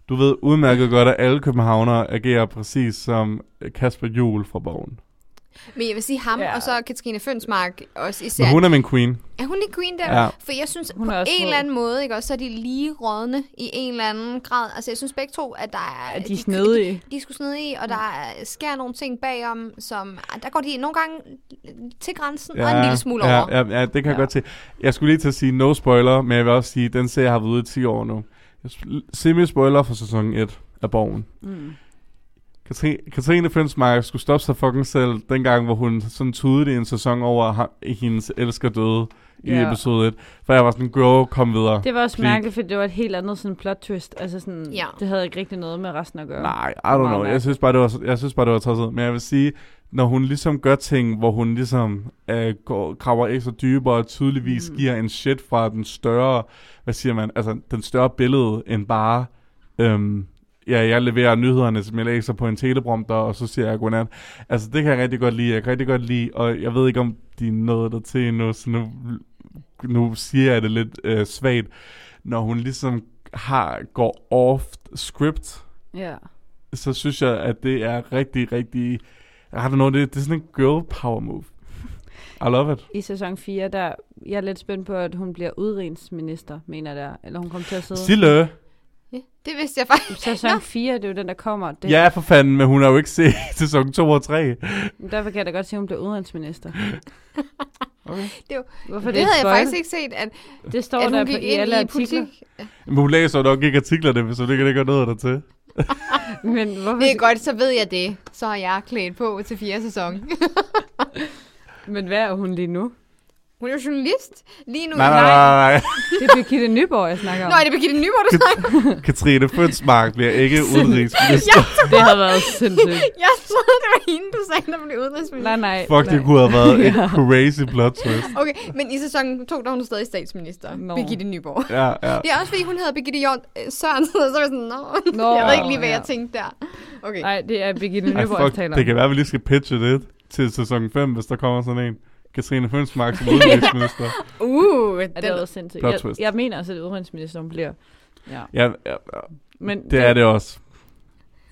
Du ved udmærket godt, at alle københavnere agerer præcis som Kasper Juhl fra Borgen.
Men jeg vil sige ham,
Ja.
ja. og så Katrine Fønsmark også især.
Men
Hun,
hun er min queen.
er hun ikke queen der?
Ja.
Ja. For jeg synes,
Hun
hun
er
på en
også smuk.
eller anden måde, ikke også, så er de lige rådne i en eller anden grad. Altså, jeg synes begge to, at der er...
At de er snedige.
De, de skulle snede i,
Mm.
og der er- sker nogle ting bagom, som... ah, Der går de nogle gange til grænsen ja, og en lille smule
ja,
over.
Ja, ja, det kan ja. jeg
Ja.
godt se. Jeg skulle lige til at sige no spoiler, men jeg vil også sige, at den serie har været ude i 10 år nu. Jeg sp- Semi-spoiler for sæson 1 af Borgen.
Mm.
Katri- Katrine Fønsmark skulle stoppe sig fucking selv, dengang, hvor hun sådan tudede i en sæson over, at ham- hendes elsker døde i
Ja.
episode 1. For jeg var sådan, girl, kom videre.
Det var også
Fordi-
mærkeligt, for det var et helt andet sådan plot twist. Altså sådan,
Ja.
det havde ikke rigtig noget med resten at gøre.
Nej, I
Meget
don't know. Jeg
mærkeligt.
synes bare, det var, jeg synes bare, det var tosset. Men jeg vil sige, når hun ligesom gør ting, hvor hun ligesom øh, går, graver ekstra dybere og tydeligvis mm. giver en shit fra den større, hvad siger man, altså den større billede end bare, øhm, ja, jeg leverer nyhederne, som jeg læser på en teleprompter, og så siger jeg godnat. Altså det kan jeg rigtig godt lide, jeg kan rigtig godt lide, og jeg ved ikke, om de nåede der til endnu, så nu, nu siger jeg det lidt øh, svagt, når hun ligesom har, går off script,
Ja.
så synes jeg, at det er rigtig, rigtig... I don't know, det, det er sådan en girl power move. I love it.
I sæson 4, der jeg er lidt spændt på, at hun bliver udrensminister, mener der. Eller hun kommer til at sidde.
Sille!
Ja, det vidste jeg faktisk.
Sæson 4, det er jo den, der kommer. Det,
Ja, for fanden, men hun har jo ikke set sæson 2 og 3.
Derfor kan jeg da godt se, at hun bliver udenrigsminister.
Okay.
Hvorfor
Det,
er
det havde
spoil?
jeg faktisk ikke set, at,
Det står
at
der
hun
på,
gik
i
ind
alle
i
artikler.
politik.
Men hun læser jo nok ikke artiklerne, hvis hun ikke det gør noget der til.
Men hvorfor,
Det er godt, så ved jeg det. Så er jeg klædt på til fjerde sæson.
men hvad er hun lige nu?
Hun er jo journalist lige nu.
Nej, nej, nej, nej.
Det er Birgitte Nyborg, jeg snakker om.
Nå, er det Birgitte Nyborg, du snakker?
Katrine Fønsmark bliver ikke udenrigsminister.
Jeg,
det har været sindssygt.
jeg troede, det var hende, du sagde, der blev udenrigsminister.
Nej, nej.
Fuck,
nej.
det kunne have været en crazy plot twist.
Okay, men i sæson 2, der var hun stadig statsminister.
Nå.
No. Birgitte Nyborg.
Ja, ja.
Det er også, fordi hun hedder Birgitte Jorn øh, Sørensen, og så var jeg sådan, nå,
Nå,
jeg ved ikke lige, hvad
ja.
jeg tænkte der. Okay,
Nej, det er Birgitte
Ej,
Nyborg, jeg
fuck,
taler
det
om.
kan være, at vi lige skal pitche det til sæson 5, hvis der kommer sådan en. Katrine Fønsmark som udenrigsminister.
uh,
Ja,
den,
det har været sindssygt.
Plot
Jeg,
twist.
jeg mener også, at udenrigsminister hun bliver. Ja.
Ja, ja, ja,
Men
det er det også.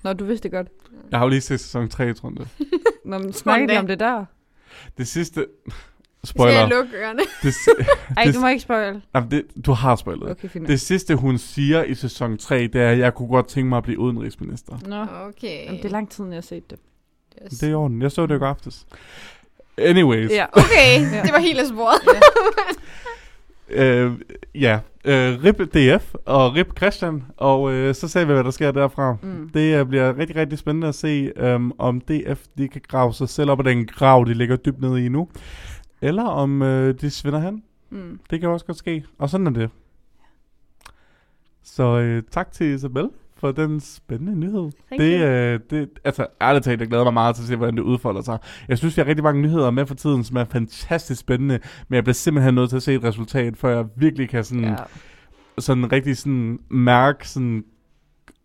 Nå, du vidste det godt.
Jeg har jo lige set sæson 3, tror jeg.
Nå, men snakker
det.
de om det der?
Det sidste...
skal jeg
Spoiler.
lukke ørerne?
Det, si-
Ej,
Det-
du må ikke spoil.
Jamen, det, du har spoilet. Okay.
Okay, fint.
Det sidste, hun siger i sæson 3, det er, at jeg kunne godt tænke mig at blive udenrigsminister.
Nå,
Okay.
Jamen, det er lang tid, siden, jeg har set det.
Det er i orden. Jeg så det jo i går aftes. Anyways.
Ja.
Okay, det var helt af sporet.
Øh, ja, øh, RIP DF og RIP Christian, og øh, så ser vi, hvad der sker derfra.
Mm.
Det øh, bliver rigtig, rigtig spændende at se, øhm, om DF de kan grave sig selv op af den grav, de ligger dybt nede i nu. Eller om øh, de svinder hen.
Mm.
Det kan også godt ske. Og sådan er det. Så øh, tak til Isabel for den spændende nyhed.
Thank
Det,
you.
øh, det, altså, ærligt talt, jeg glæder mig meget til at se, hvordan det udfolder sig. Jeg synes, vi har rigtig mange nyheder med for tiden, som er fantastisk spændende, men jeg bliver simpelthen nødt til at se et resultat, før jeg virkelig kan sådan, ja.
Ja.
sådan rigtig sådan mærke sådan,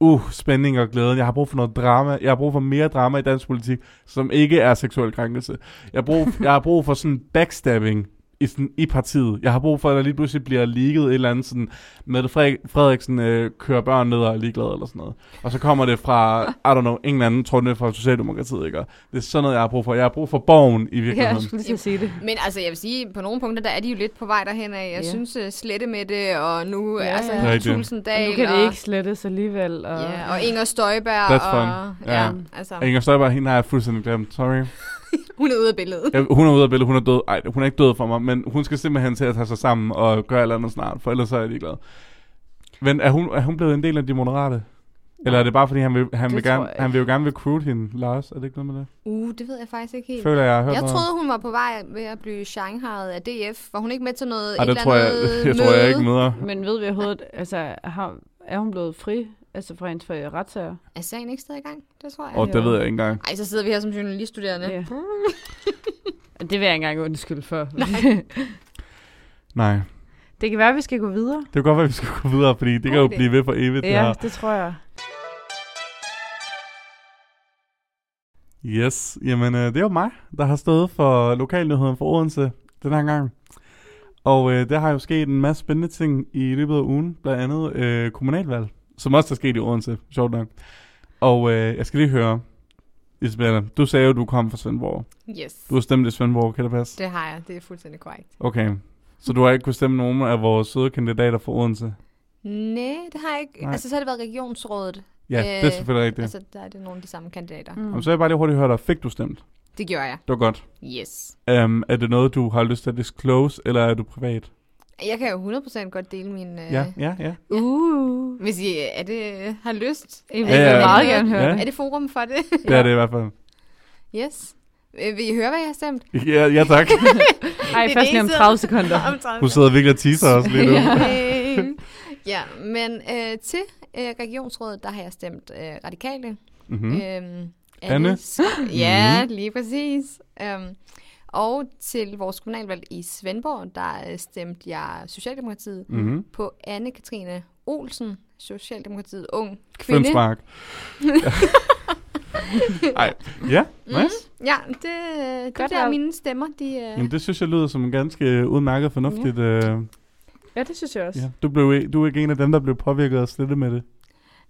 uh, spænding og glæde. Jeg har brug for noget drama. Jeg har brug for mere drama i dansk politik, som ikke er seksuel krænkelse. Jeg har brug, jeg har brug for sådan backstabbing i, sådan, i partiet. Jeg har brug for, at der lige pludselig bliver ligget et eller andet sådan, Mette Frederik, Frederiksen øh, kører børn ned og er ligeglad eller sådan noget. Og så kommer det fra, I don't know, en eller anden trunde fra Socialdemokratiet, ikke? Og Det er sådan noget, jeg har brug for. Jeg har brug for borgen i
Ja,
virkeligheden.
jeg skulle lige til at sige det.
Men altså, jeg vil sige, på nogle punkter, der er de jo lidt på vej derhen af. Jeg
Ja.
synes, uh, slette med det, og nu ja,
Ja,
altså,
ja.
ja.
Rigtigt.
Tulsendal,
Nu kan
og,
det ikke slettes alligevel. Og...
ja, og Inger Støjberg,
That's
og
fun. Ja.
ja, altså,
Inger Støjberg, hende har jeg fuldstændig glemt. Sorry.
hun er ude af billedet.
Jeg, hun er ude af billedet, hun er død. Ej, hun er ikke død for mig, men hun skal simpelthen til at tage sig sammen og gøre et eller andet snart, for ellers så er jeg ligeglad. Men er hun, er hun blevet en del af de moderate? Eller er det bare fordi, han vil, han
Det
vil,
tror
gerne,
jeg
han vil jo gerne recruit hende, Lars? Er det ikke noget med det?
Uh, det ved jeg faktisk ikke helt.
Føler jeg, jeg har hørt
Jeg
noget.
troede, hun var på vej ved at blive shanghajet af DF. Var hun ikke med til noget
Ej, det
et eller
tror jeg,
andet
jeg, tror, jeg ikke
møde?
møder.
Men ved vi overhovedet, altså, har, er hun blevet fri altså fra hendes øh, retssager?
Er sagen ikke stadig i gang? Det tror jeg.
Og det
Jo.
ved jeg ikke engang.
Ej, så sidder vi her som journaliststuderende.
Ja. Det vil jeg ikke engang undskylde for.
Nej,
det kan være, at vi skal gå videre.
det kan godt være, at vi skal gå videre, fordi det kan jo
God idé.
blive ved for evigt. Det
Ja,
her.
det tror jeg.
Yes, jamen øh, det er jo mig, der har stået for lokalnyheden for Odense den her gang. Og øh, der har jo sket en masse spændende ting i løbet af ugen, blandt andet øh, kommunalvalg, som også er sket i Odense, sjovt nok. Og øh, jeg skal lige høre, Isabella, du sagde jo, du kom fra Svendborg.
Yes,
Du har stemt i Svendborg, kan det passe?
det har jeg. Det er fuldstændig korrekt.
Okay, så du har ikke kunnet stemme nogen af vores søde kandidater fra Odense?
Nej, det har jeg ikke.
Nej.
Nej. Altså, så har det været regionsrådet.
Ja, øh, det er
Øh,
selvfølgelig rigtigt. Altså,
Altså, der er det nogle af de samme kandidater.
Mm.
Jamen, så vil jeg bare lige hurtigt høre dig, fik du stemt?
Det gjorde jeg.
Det var godt.
Yes.
Um, er det noget, du har lyst til at disclose, eller er du privat?
Jeg kan jo 100% godt dele min... Øh,
Ja, ja, ja.
Uh.
Hvis I øh, er det, øh, har lyst.
Jeg vil
Ja, ja.
meget gerne høre
Ja.
det.
Er det forum for det?
Det er det i hvert fald.
yes. Øh, Vil I høre, hvad jeg har stemt?
Ja, ja tak.
Ej,
Det er
først
det
lige om
eneste-
30 sekunder.
Om 30
Hun sidder virkelig og teaser os lige nu.
Ja.
Øh, ja, men øh, til øh, regionsrådet, der har jeg stemt øh, radikale.
Mm-hmm.
Øh,
Øhm,
Anne.
Ja,
Mhm.
lige præcis. Øhm, og til vores kommunalvalg i Svendborg, der øh, stemte jeg Socialdemokratiet
Mm-hmm.
på Anne-Katrine Olsen, Socialdemokratiet Ung Kvinde.
Fønsmark. Ej, ja,
Mm.
nice.
Mm. Ja, det, øh, det er
Godt
der
valg.
mine stemmer. De, øh,
Jamen, det synes jeg lyder som en ganske udmærket fornuftigt. Øh,
Ja, det synes jeg også.
ja. du, blev, i- du er ikke en af dem, der blev påvirket af slette med det.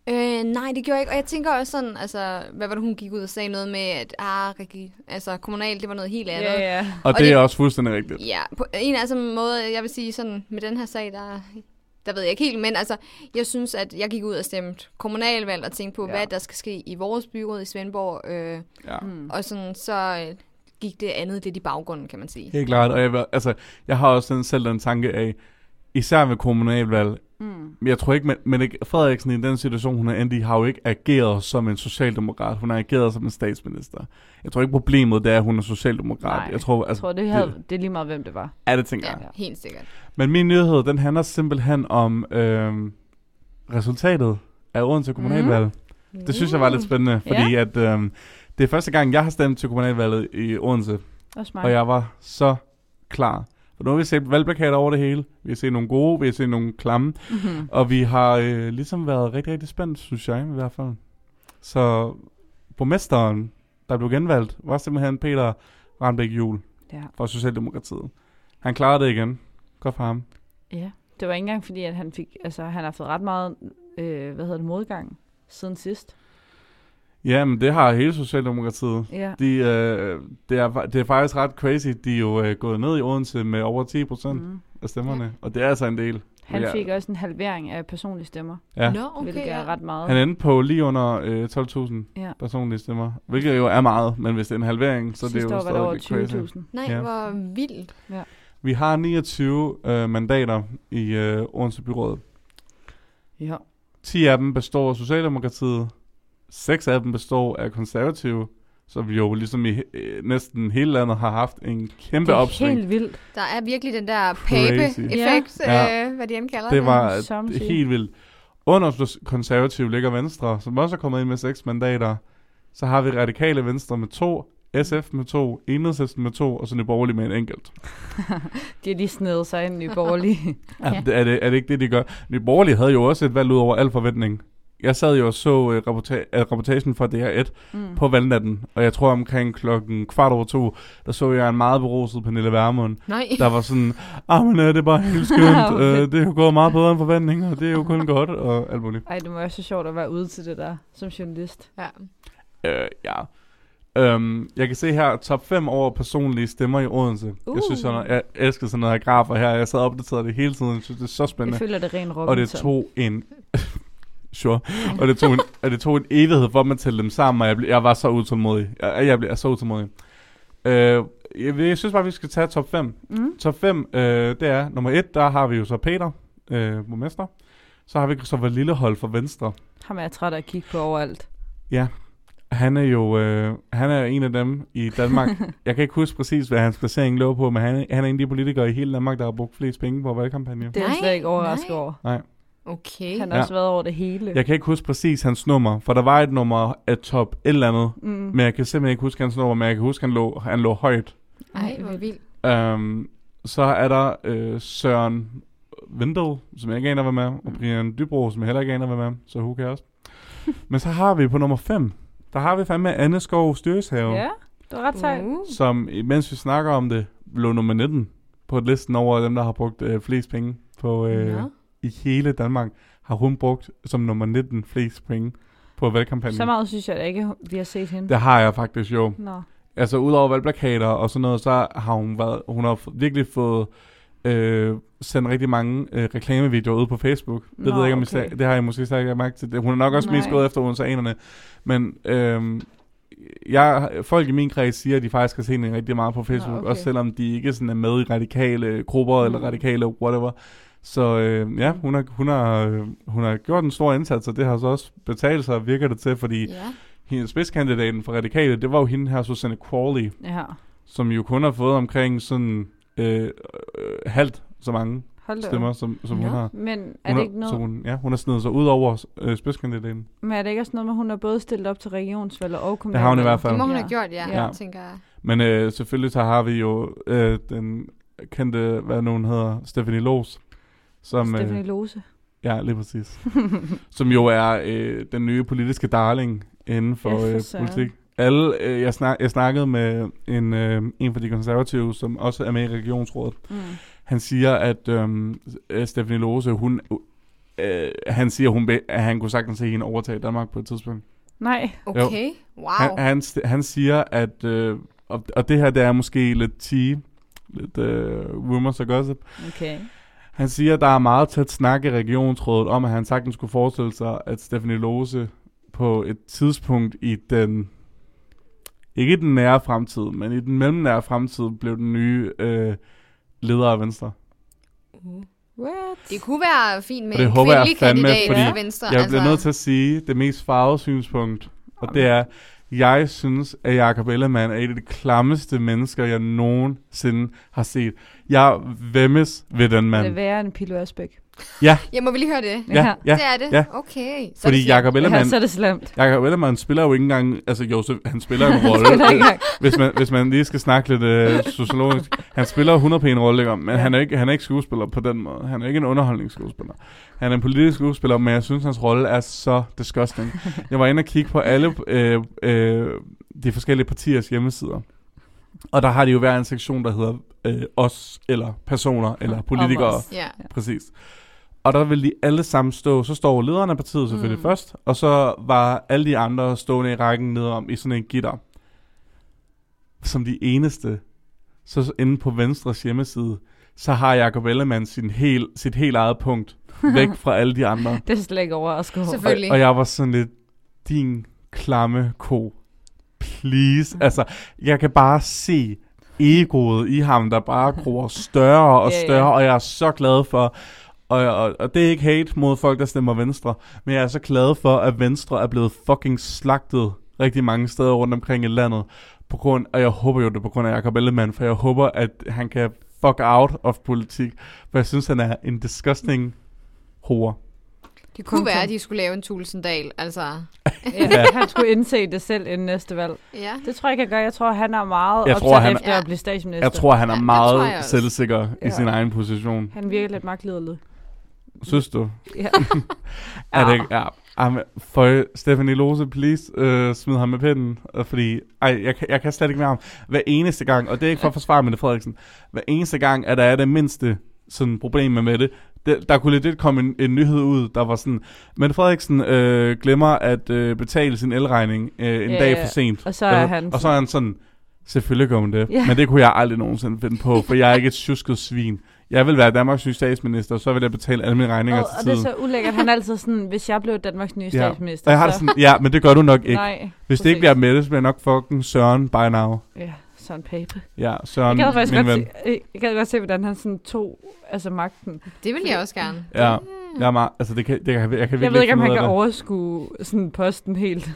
Øh, nej, det gjorde jeg ikke. Og jeg tænker også sådan, altså, hvad var det, hun gik ud og sagde noget med, at ah, regi, altså, kommunalt, det var noget helt andet.
Ja, ja.
Og, og det,
det-
er også fuldstændig rigtigt.
Ja, på en altså måde, jeg vil sige sådan, med den her sag, der, der ved jeg ikke helt, men altså, jeg synes, at jeg gik ud og stemte kommunalvalg og tænkte på,
Ja.
ja. hvad der skal ske i vores byråd i Svendborg, øh,
Ja.
Mm.
og sådan, så øh, gik det andet lidt i baggrunden, kan man sige.
Helt klart. Og jeg, vil- altså, jeg har også den, selv den tanke af, især ved kommunalvalg,
Mm.
Men jeg tror ikke, men, men ikke- Frederiksen i den situation, hun er endt i, har jo ikke ageret som en socialdemokrat. Hun har ageret som en statsminister. Jeg tror ikke, problemet det er, at hun er socialdemokrat.
Nej,
jeg tror,
Jeg
altså,
tror, det, havde, det er lige meget, hvem det var.
er det tænker
Ja,
jeg.
ja, helt sikkert.
Men min nyhed, den handler simpelthen om øh, resultatet af Odense Kommunalvalg. Mm. Det synes jeg var lidt spændende, fordi ja. at, øh, det er første gang, jeg har stemt til kommunalvalget i Odense,
Også mig.
og jeg var så klar. For nu har vi set valgplakater over det hele. Vi har set nogle gode, vi har set nogle klamme.
Mhm.
Og vi har øh, ligesom været rigtig, rigtig spændt, synes jeg i hvert fald. Så borgmesteren, der blev genvalgt, var simpelthen Peter Randbæk Jul
Ja.
fra Socialdemokratiet. Han klarede det igen. Godt for ham.
ja. Det var ikke engang fordi, at han fik, altså han har fået ret meget, øh, hvad hedder det, modgang siden sidst.
Ja, men det har hele Socialdemokratiet.
Ja.
De, øh, det, er, fa- det er faktisk ret crazy. De er jo øh, gået ned i Odense med over 10 procent mm.
Mm.
af stemmerne. Og det er altså en del.
Han
Ja.
fik også en halvering af personlige stemmer,
Ja.
Nå,
okay, hvilket er
ja.
ret meget.
Han endte på lige under øh, 12.000
Ja.
personlige stemmer. Hvilket jo er meget, men hvis det er en halvering, så
Sidste
det er det jo
år var der
stadig
over
lidt crazy.
20.000.
Nej,
Ja.
ja. hvor vildt.
Vi har 29 øh, mandater i øh, Odense Byråd.
Ja.
10 af dem består af Socialdemokratiet. 6 af dem består af konservative, som jo ligesom i øh, næsten hele landet har haft en kæmpe
Det er
opsving.
helt vildt.
Der er virkelig den der
Crazy.
pape-effekt,
Ja.
ja. øh, hvad de end kalder
Det var
det samme
det er
sige.
helt vildt. Under s- konservative ligger Venstre, som også er kommet ind med seks mandater. Så har vi Radikale Venstre med to, SF med to, Enhedslisten med to, og så Nye Borgerlige med en enkelt.
De har lige snedet sig ind i borgerlige.
Ja. Er, det, er det ikke det, de gør? Nye Borgerlige havde jo også et valg ud over al forventning. Jeg sad jo og så uh, rapporta- uh, rapportagen fra DR1
Mm.
på valgnatten, og jeg tror omkring klokken kvart over to, der så jeg en meget beruset Pernille Vermund,
Nej,
der var sådan, ah, men øh, det er bare helt skønt, øh, det er jo gået meget bedre end forventning, og det er jo kun godt, og alt muligt.
Ej, det må være så sjovt at være ude til det der, som journalist.
ja.
Øh, ja. Øhm, jeg kan se her, top 5 over personlige stemmer i Odense. Uh. Jeg synes, sådan noget, jeg elsker sådan noget her grafer her. Jeg sad og opdateret det hele tiden. Jeg synes, det er så
Jeg
spændende.
føler, det er ren Robinson.
Og det tog en... sure. Og det tog en, og det tog en evighed for dem at tælle dem sammen, og jeg, blev, jeg var så utålmodig. Jeg, jeg blev så utålmodig. Øh, jeg, jeg synes bare, vi skal tage top 5.
Mm.
Top 5, øh, det er nummer 1, der har vi jo så Peter, øh, borgmester. Så har vi Christoffer Lillehold fra Venstre.
Ham er jeg træt af at kigge på overalt.
Han er jo øh, han er en af dem i Danmark. jeg kan ikke huske præcis, hvad hans placering lå på, men han, han er en af de politikere i hele Danmark, der har brugt flest penge på valgkampagne.
Det er jeg
Nej,
slet ikke overrasket
nej.
over.
Okay.
Han har
Ja.
også været over det hele.
Jeg kan ikke huske præcis hans nummer, for der var et nummer af top et eller andet,
Mm.
men jeg kan simpelthen ikke huske hans nummer, men jeg kan huske, han lå, han lå højt.
Ej, hvor vildt.
Um, så er der øh, Søren Vindel, som jeg ikke aner, hvad med, og
Mm.
Brian Dybro, som jeg heller ikke aner, hvad med, så who cares. men så har vi på nummer 5, der har vi fandme Anne Skov Styreshaven.
Ja, det var ret sejt.
Uh.
som, mens vi snakker om det, blev nummer 19 på listen over dem, der har brugt øh, flest penge på øh,
Nå.
i hele Danmark, har hun brugt som nummer 19 flest penge på valgkampagnen.
Så meget synes jeg da ikke, vi har set hende.
Det har jeg faktisk jo.
Nå.
Altså udover valgplakater og sådan noget, så har hun været, hun har virkelig fået øh, sendt rigtig mange øh, reklamevideoer ud på Facebook. Det
Nå,
ved jeg ikke, om I
okay.
sag, det har I måske slet ikke lagt mærke til. Det- Hun er nok også Nej. mest
Nej.
gået efter odenseanerne. Men øh, jeg, folk i min kreds siger, at de faktisk har set hende rigtig meget på Facebook,
okay.
også selvom de ikke sådan er med i radikale grupper mm. eller
Mm.
radikale whatever. Så øh, ja, hun har, hun, har, øh, hun har gjort en stor indsats, og det har så også betalt sig, virker det til, fordi
Ja.
hendes spidskandidaten for radikale, det var jo hende her, Susanne Crawley,
Ja,
som jo kun har fået omkring sådan øh, øh, halvt så mange
hold da op.
stemmer, som, som hun
Nå.
har.
Men er
Hun
det,
har-
ikke
Så
noget,
hun, ja, hun har snedet sig ud over øh, spidskandidaten.
men er det ikke også noget med, at hun er både stillet op til regionsvalg og kommunalvalg?
Det har hun i hvert fald.
Det må hun
Ja.
have gjort, ja,
Ja.
ja. tænker jeg.
Men øh, selvfølgelig så har vi jo øh, den kendte, hvad nu hun hedder, Stephanie Loos. Som,
Stephanie
øh,
Lose.
ja, lige præcis. som jo er øh, den nye politiske darling inden for,
Ja, for
øh,
søren.
politik. Alle, øh, jeg, snak, jeg snakkede med en, øh, en fra de konservative, som også er med i regionsrådet.
Mm.
Han siger, at øhm, øh, Stephanie Lose, hun, øh, han siger, hun, be- at han kunne sagtens se hende overtage Danmark på et tidspunkt.
Nej,
Okay, wow.
Han, han, st- han siger, at, øh, og, og det her det er måske lidt tea, lidt øh, rumors og gossip.
okay.
Han siger, at der er meget tæt snak i regionsrådet om, at han sagtens kunne forestille sig, at Stephanie Lose på et tidspunkt i den, ikke i den nære fremtid, men i den mellemnære fremtid, blev den nye øh, leder af Venstre.
What?
Det kunne være fint med
Og det
en
håber jeg
kvindelig
fandme,
kandidat
fordi
fra Venstre. Altså,
Jeg bliver nødt til at sige det mest farvede synspunkt, og det er, jeg synes, at Jacob Ellemann er et af de klammeste mennesker, jeg nogensinde har set. Jeg vemmes ved den
Er det
mand.
værre end Pilo Asbæk?
Ja, må vi lige høre det?
Ja, ja.
Det er det?
ja.
Okay. Så er
Fordi
det fint.
Jacob
ja,
Ellemann,
så er det slemt.
Jacob Ellemann spiller jo ikke engang, altså Josef, han spiller en
Spiller
rolle,
ikke engang.
hvis man, hvis man lige skal snakke lidt øh, sociologisk. Han spiller 100 en rolle, ikke? men ja. han, er ikke, han er ikke skuespiller på den måde. Han er ikke en underholdningsskuespiller. Han er en politisk skuespiller, men jeg synes, hans rolle er så disgusting. Jeg var inde og kigge på alle øh, øh, de forskellige partiers hjemmesider. Og der har de jo hver en sektion, der hedder øh, os, eller personer, eller politikere.
os.
Ja.
Præcis. Og der vil de alle sammen stå, så står lederen af partiet selvfølgelig mm. først, og så var alle de andre stående i rækken nedom i sådan en gitter. Som de eneste, så inde på Venstres hjemmeside, så har Jacob Ellemann sin hel, sit helt eget punkt væk fra alle de andre.
Det er slet ikke overrasket over.
Og,
Selvfølgelig.
og jeg var sådan lidt,
Mm.
din klamme ko, please. Altså, jeg kan bare se egoet i ham, der bare gror større og
Ja, ja.
større, og jeg er så glad for, og, og, og det er ikke hate mod folk, der stemmer venstre, men jeg er så glad for, at venstre er blevet fucking slagtet rigtig mange steder rundt omkring i landet, på grund, og jeg håber jo det er på grund af Jacob Ellemann, for jeg håber, at han kan fuck out of politik, for jeg synes, han er en disgusting hore.
Det kunne være, at de skulle lave en Tulsendal, altså.
Ja, han skulle indse det selv inden næste valg.
Ja.
Det tror jeg ikke, jeg gør. Jeg tror, han er meget
Jeg
jeg
tror,
optaget
han-
efter
Ja.
at blive statsminister.
Jeg tror, han er
Ja, det tror jeg
meget
også.
selvsikker i
Ja.
sin egen position.
Han virker lidt magtliderlig.
Synes du?
Ja.
Er det ikke? Ja. Ej, men for Stephanie Lose, please øh, smid ham med pinden, øh, fordi ej, jeg, kan- jeg kan slet ikke med ham. Hver eneste gang, og det er ikke for at forsvare Mette Frederiksen, hver eneste gang, at der er det mindste sådan problem med Mette, det, der kunne lidt komme en, en nyhed ud, der var sådan, Mette Frederiksen øh, glemmer at øh, betale sin elregning øh, en
Ja,
dag
ja.
for sent.
Og så er
Øh,
han
og så er han sådan, selvfølgelig gør hun det,
Ja.
men det kunne jeg aldrig nogensinde finde på, for jeg er ikke et tjusket svin. Jeg vil være Danmarks nye statsminister, og så vil jeg betale alle mine regninger
Og,
til
og det
tiden.
er så ulækkert. Han er altid sådan, hvis jeg blev Danmarks nye statsminister,
Og jeg har det
så...
sådan, ja, men det gør du nok ikke. Nej,
Nej.
Hvis det ikke bliver Mette, så bliver jeg nok fucking Søren by now.
Ja, sådan pape.
Ja,
Jeg
Søren,
gad faktisk
min
godt
ven.
se, øh, jeg gad godt se, hvordan han sådan tog altså magten.
Det vil jeg også gerne.
Ja, jeg er meget, altså det kan, det kan, jeg, jeg kan
Mm. Jeg
virkelig
ved ikke, om han
finde
kan
ud af
overskue sådan posten helt.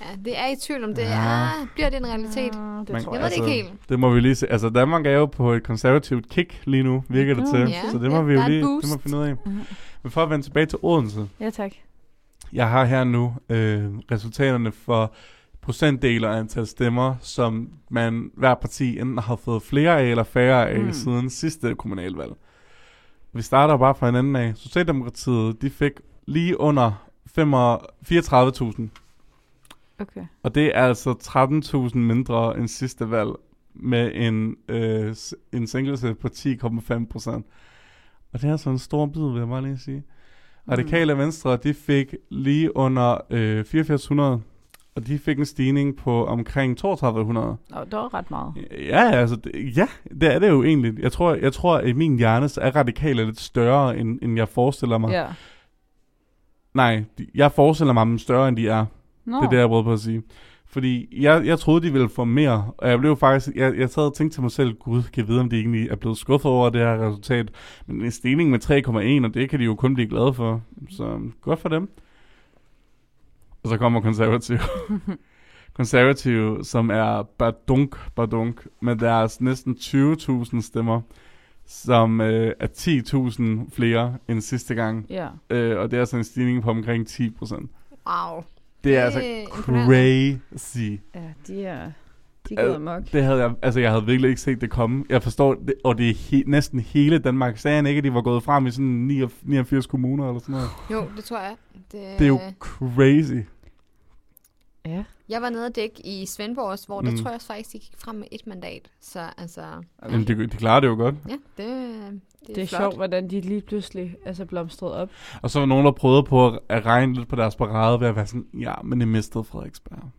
Ja, det er i tvivl om det.
Ja.
Ja. Bliver det en realitet?
det
Man-
tror
Jeg
jeg.
ved det
Altså,
ikke helt.
det. det må vi lige se. Altså Danmark er jo på et konservativt kick lige nu, virker det til.
Ja,
så det må vi
der
jo
er et
lige det
boost.
må vi finde ud af.
Mhm.
Men for at vende tilbage til Odense.
Ja, tak.
Jeg har her nu øh, resultaterne for procentdel og antal stemmer, som man hver parti enten har fået flere af eller færre af mm.
Mm.
siden sidste kommunalvalg. Vi starter bare fra en anden af. Socialdemokratiet, de fik lige under 35 34.000,
Okay.
og det er altså 13.000 mindre end sidste valg med en, øh, s- en sænkelse på 10,5 procent. Og det er altså en stor bid, vil jeg bare lige sige. Radikale Venstre, de fik lige under øh, 8400, og de fik en stigning på omkring 3200.
Nå, det var ret meget.
Ja, altså, det, ja, det er det jo egentlig. Jeg tror, jeg tror at i min hjerne så er radikale lidt større, end, end jeg forestiller mig.
Ja.
Nej, de, jeg forestiller mig dem større, end de er.
Nå.
Det er det, jeg prøvede på at sige. Fordi jeg, jeg troede, de ville få mere, og jeg blev faktisk, jeg, jeg sad og tænkte til mig selv, gud, kan jeg vide, om de egentlig er blevet skuffet over det her resultat. Men en stigning med 3,1, og det kan de jo kun blive glade for. Så godt for dem. Og så kommer konservative. konservative, som er badunk, badunk, med deres næsten 20.000 stemmer, som øh, er 10.000 flere end sidste gang.
Ja.
Øh, og det er altså en stigning på omkring 10%.
Wow.
Det er altså
Øh, imponerende.
crazy.
Ja, de er... De
gået
går mok.
Det havde jeg, altså jeg havde virkelig ikke set det komme. Jeg forstår, det, og det er he, næsten hele Danmark. Sagde han ikke, at de var gået frem i sådan 89 89 kommuner eller sådan noget?
Jo, det tror jeg. Det, øh,
Det er jo crazy.
Ja.
Jeg var nede og dække i Svendborg også, hvor mm. der
Mm.
tror jeg også faktisk, de gik frem med et mandat. Så altså,
Okay.
Men de, de klarer det jo godt.
ja, det, det er,
Det er
flot.
sjovt, hvordan de lige pludselig altså, blomstrede op.
Og så var nogen, der prøvede på at- at regne lidt på deres parade ved at være sådan, ja, men det mistede Frederiksberg.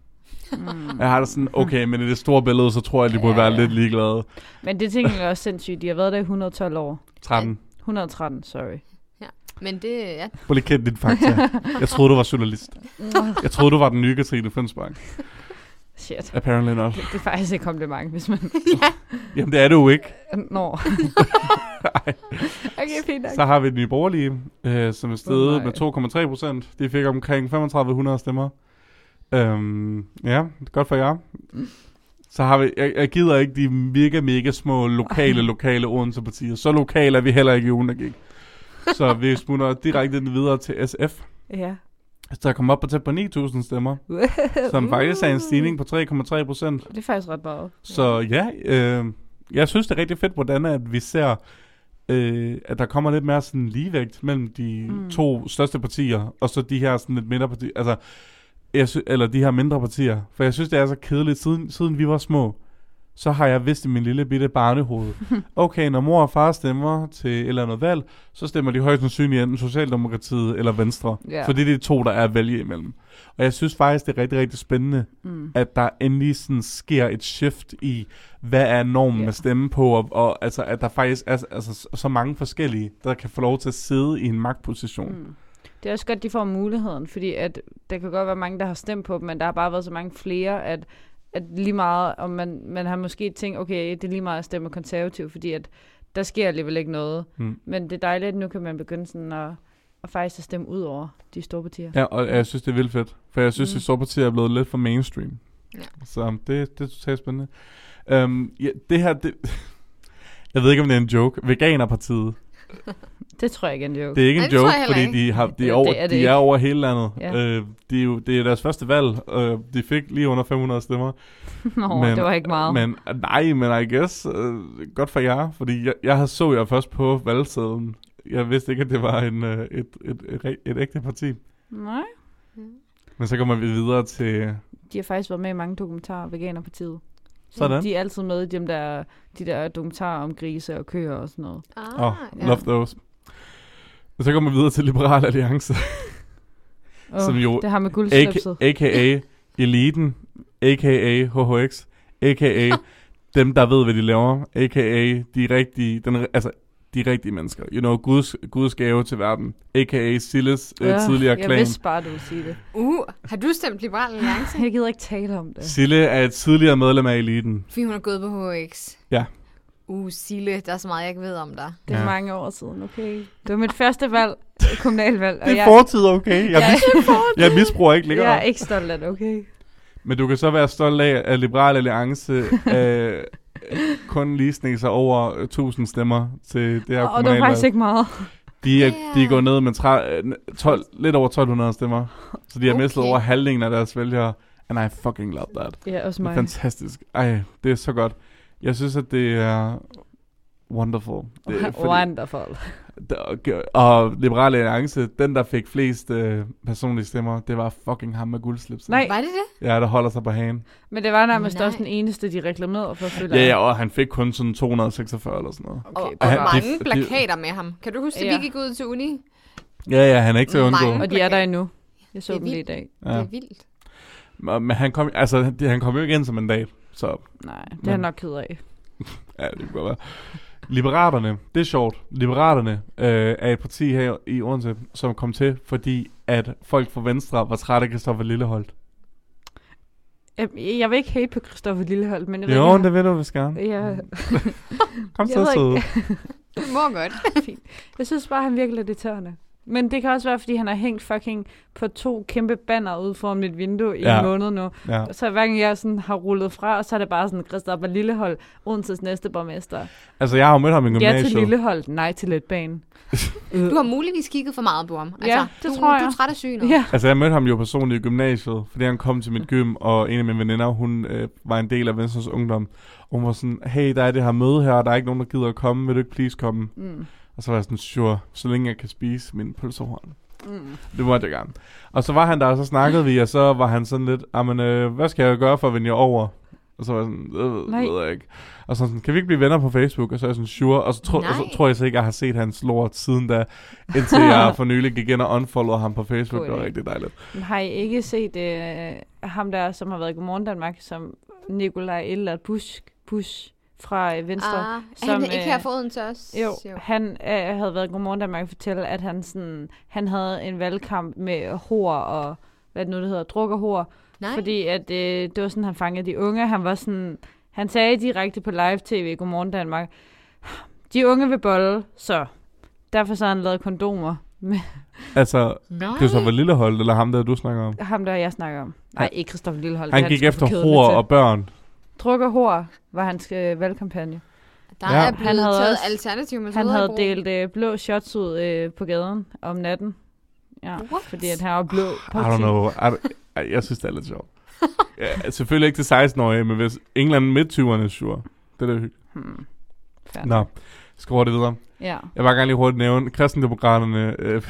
Mm.
Jeg har det sådan, okay, men i det store billede, så tror jeg, de burde
Ja,
være
ja.
lidt ligeglade.
Men det tænker jeg er også sindssygt. De har været der i 112 år.
13.
113, sorry.
Men det, ja,
Prøv lige at kende dit fakta. Jeg troede, du var journalist. Jeg troede, du var den nye Katrine Fønsbank.
Shit.
Apparently not.
Det, det er faktisk et kompliment, hvis man
Jamen, det er det jo ikke.
når. okay, fint nok.
Så har vi den nye borgerlige, øh, som er steget
nej.
med 2,3 procent. De fik omkring 3500 stemmer. Øhm, ja, godt for jer. Så har vi, jeg, jeg gider ikke de mega, mega små lokale, lokale Odense-partier. Så lokale er vi heller ikke i ugen, der gik. Så vi smutter direkte videre til SF,
Ja.
der kom op på tæt på 9.000 stemmer, som faktisk er en stigning på 3,3 procent.
Det er faktisk ret meget.
Så ja, øh, jeg synes, det er rigtig fedt, hvordan at vi ser, øh, at der kommer lidt mere sådan ligevægt mellem de mm.
Mm.
to største partier, og så de her sådan lidt mindre partier, altså, jeg sy- eller de her mindre partier. For jeg synes, det er så kedeligt, siden, siden vi var små, så har jeg vidst i min lille bitte barnehoved, okay, når mor og far stemmer til et eller andet valg, så stemmer de højst sandsynligt enten Socialdemokratiet eller Venstre.
Ja.
Fordi det er de to, der er at vælge imellem. Og jeg synes faktisk, det er rigtig, rigtig spændende,
Mm.
at der endelig sådan sker et shift i, hvad er normen
Ja.
at stemme på, og, og altså, at der faktisk er altså, så- så mange forskellige, der kan få lov til at sidde i en magtposition. Mm.
Mm. Det er også godt, de får muligheden, fordi at der kan godt være mange, der har stemt på dem, men der har bare været så mange flere, at at lige meget, om man, man har måske tænkt, okay, det er lige meget at stemme konservativ, fordi at der sker alligevel ikke noget.
Mm.
Men det er dejligt, at nu kan man begynde sådan at, at faktisk at stemme ud over de store partier.
Ja, og jeg synes, det er vildt fedt. For jeg synes,
Mm.
mm. at Sorpartiet er blevet lidt for mainstream.
Ja.
Så det, det er totalt spændende. Um, ja, det her, det... Jeg ved ikke, om det er en joke. Veganerpartiet.
Det tror jeg ikke er en joke.
Det er ikke
Nej,
en
det tror
joke,
jeg heller
fordi
ikke.
de, har, de,
Det-
er over,
det er det
de
ikke.
er over hele landet.
Ja.
Øh, det, er jo, det er deres første valg. Øh, de fik lige under 500 stemmer.
Nå, men, det var ikke meget. Men,
Men, øh, nej, men I guess, øh, godt for jer. Fordi jeg, jeg havde- så jer først på valgsedlen. Jeg vidste ikke, at det var en, øh, et, et, et, re- et ægte parti.
Nej.
Men så kommer vi videre til...
De har faktisk været med i mange dokumentarer, Veganerpartiet.
Sådan.
De er altid med i dem der, de der dokumentarer om grise og køer og sådan noget.
Ah,
Åh, oh,
ja.
love those. Og så kommer vi videre til Liberal Alliance,
Oh,
som jo
det har med guldslipset.
AK- a.k.a. Eliten, a.k.a. HHX, a.k.a. dem, der ved, hvad de laver, a.k.a. de rigtige, den, altså, de rigtige mennesker. You know, Guds, Guds gave til verden, a.k.a. Silles øh, tidligere
Jeg
klan.
vidste bare, du ville sige det.
Uh, har du stemt Liberal Alliance?
Jeg gider ikke tale om det.
Sille er et tidligere medlem af Eliten.
Fordi hun er gået på HX.
Ja.
Uh, Sille, der er så meget, jeg ikke ved om dig.
Det er
Ja.
ja. mange år siden, okay? Det var mit første valg, øh, kommunalvalg.
Det er
jeg,
fortid, okay? Jeg,
Ja,
mis- jeg misbruger ikke længere.
jeg er ikke stolt af det, okay?
Men du kan så være stolt af, at Liberal Alliance øh, kun lige sneg sig over 1000 stemmer til det her
Og det var
kommunalvalg.
faktisk ikke meget.
De er, de er
Yeah.
gået ned med tre, øh, n- 12, lidt over 1200 stemmer. Så de har okay. mistet
Okay.
over halvdelen af deres vælgere. And I fucking love that.
Ja, også
Det er
mig.
fantastisk. Ej, det er så godt. Jeg synes, at det er wonderful. Det er,
Wonderful.
der, og Liberale Alliance, den der fik flest øh, personlige stemmer, det var fucking ham med guldslipsen.
Nej.
Var det det?
Ja, der holder sig på hagen.
Men det var nærmest
Nej.
også den eneste, de reklamerede for, føler
Ja,
jeg.
ja, og han fik kun sådan 246 eller sådan noget.
Okay, og,
bare-
og
Ja, det-
mange
det-
plakater med ham. Kan du huske, at
Ja.
vi gik ud til uni?
Ja, ja, han er ikke til at undgå.
Mange.
Og de er der endnu. Jeg så
Det er
dem lige i
vildt.
dag.
Ja. Det
Ja.
er vildt.
Men men han kom, altså, det- han kom jo ikke ind som mandat, så
Nej, det
Men-
er jeg nok ked af.
Ja, det kunne godt være. Liberaterne, det er sjovt. Liberaterne øh, er et parti her i Odense, som kom til, fordi at folk fra Venstre var trætte af Kristoffer Lilleholdt.
Øhm, Jeg vil ikke hate på Christoffer Lillehold, men... Jeg
Jo,
ved,
det vil du, hvis gerne.
Ja,
Kom
Jeg
så,
ved
søde.
Du må godt.
jeg synes bare, han virker lidt irriterende. Men det kan også være, fordi han har hængt fucking på to kæmpe banner ude foran mit vindue i
Ja.
ja. en måned nu.
Ja.
Så hver gang jeg sådan har rullet fra, og så er det bare sådan, Christoffer Lillehold, Odenses næste borgmester.
Altså, jeg har jo mødt ham i
Ja til
gymnasiet.
Lillehold, nej til letbanen.
Du har muligvis kigget for meget på ham. Altså,
Øh. Ja, det
du,
tror jeg.
Du er træt af synet.
Ja,
Altså, jeg mødte ham jo personligt i gymnasiet, fordi han kom til mit gym, og en af mine veninder, hun øh, var en del af Venstres Ungdom. Og hun var sådan, hey, der er det her møde her, og der er ikke nogen, der gider at komme. Vil du ikke please komme?
mm.
Og så var jeg sådan, sure, så længe jeg kan spise min pølsehorn.
Mm.
Det måtte jeg gerne. Og så var han der, og så snakkede vi, og så var han sådan lidt, jamen, øh, hvad skal jeg gøre for at vende jer over? Og så var jeg sådan, øh,
Nej.
Nej. ved jeg ikke. Og så sådan, kan vi ikke blive venner på Facebook? Og så er jeg sådan, sure. Og så, tro, og
Nej.
så tror jeg så ikke, jeg har set hans lort siden da, indtil jeg for nylig gik ind og unfollowede ham på Facebook.
God
Det var
idé.
rigtig dejligt.
Men har I ikke set øh, ham der, som har været i Godmorgen Danmark, som Nikolaj Eller Busk, Bush fra øh, Venstre?
Ah, som,
Som,
han er ikke
øh,
her foruden til os.
Jo, han øh, havde været i Godmorgen Danmark og fortælle, at han, sådan, han havde en valgkamp med hår og hvad det nu det hedder, druk og hår,
Nej.
fordi at, øh, det var sådan, han fangede de unge. Han var sådan, han sagde direkte på live tv i Godmorgen Danmark, de unge vil bolle, så derfor så har han lavet kondomer med
Altså,
Nej.
Christoffer Lillehold, eller ham der, du snakker om.
ham, der jeg snakker om. Nej, ikke Christoffer Lillehold.
Han
det er
gik
sgu
efter
for kedelig
hår
til.
og børn.
Druk og hår var hans øh, valgkampagne.
Der
Ja.
ja. er blevet
Han
han
havde
havde taget
også-
alternative metoder
Han
i
havde
brug.
delt øh, blå shots ud øh, på gaden om natten. Ja,
What?
fordi at han var blå
I don't know. I, I, jeg synes, det er lidt sjovt. Ja, selvfølgelig ikke til 16-årige, men hvis England midt-20'erne, sure. Det er da hyggeligt.
Hmm. Fair
Nå, skruer det videre.
Ja.
Jeg vil bare gerne lige hurtigt nævne, kristendemokraterne øh,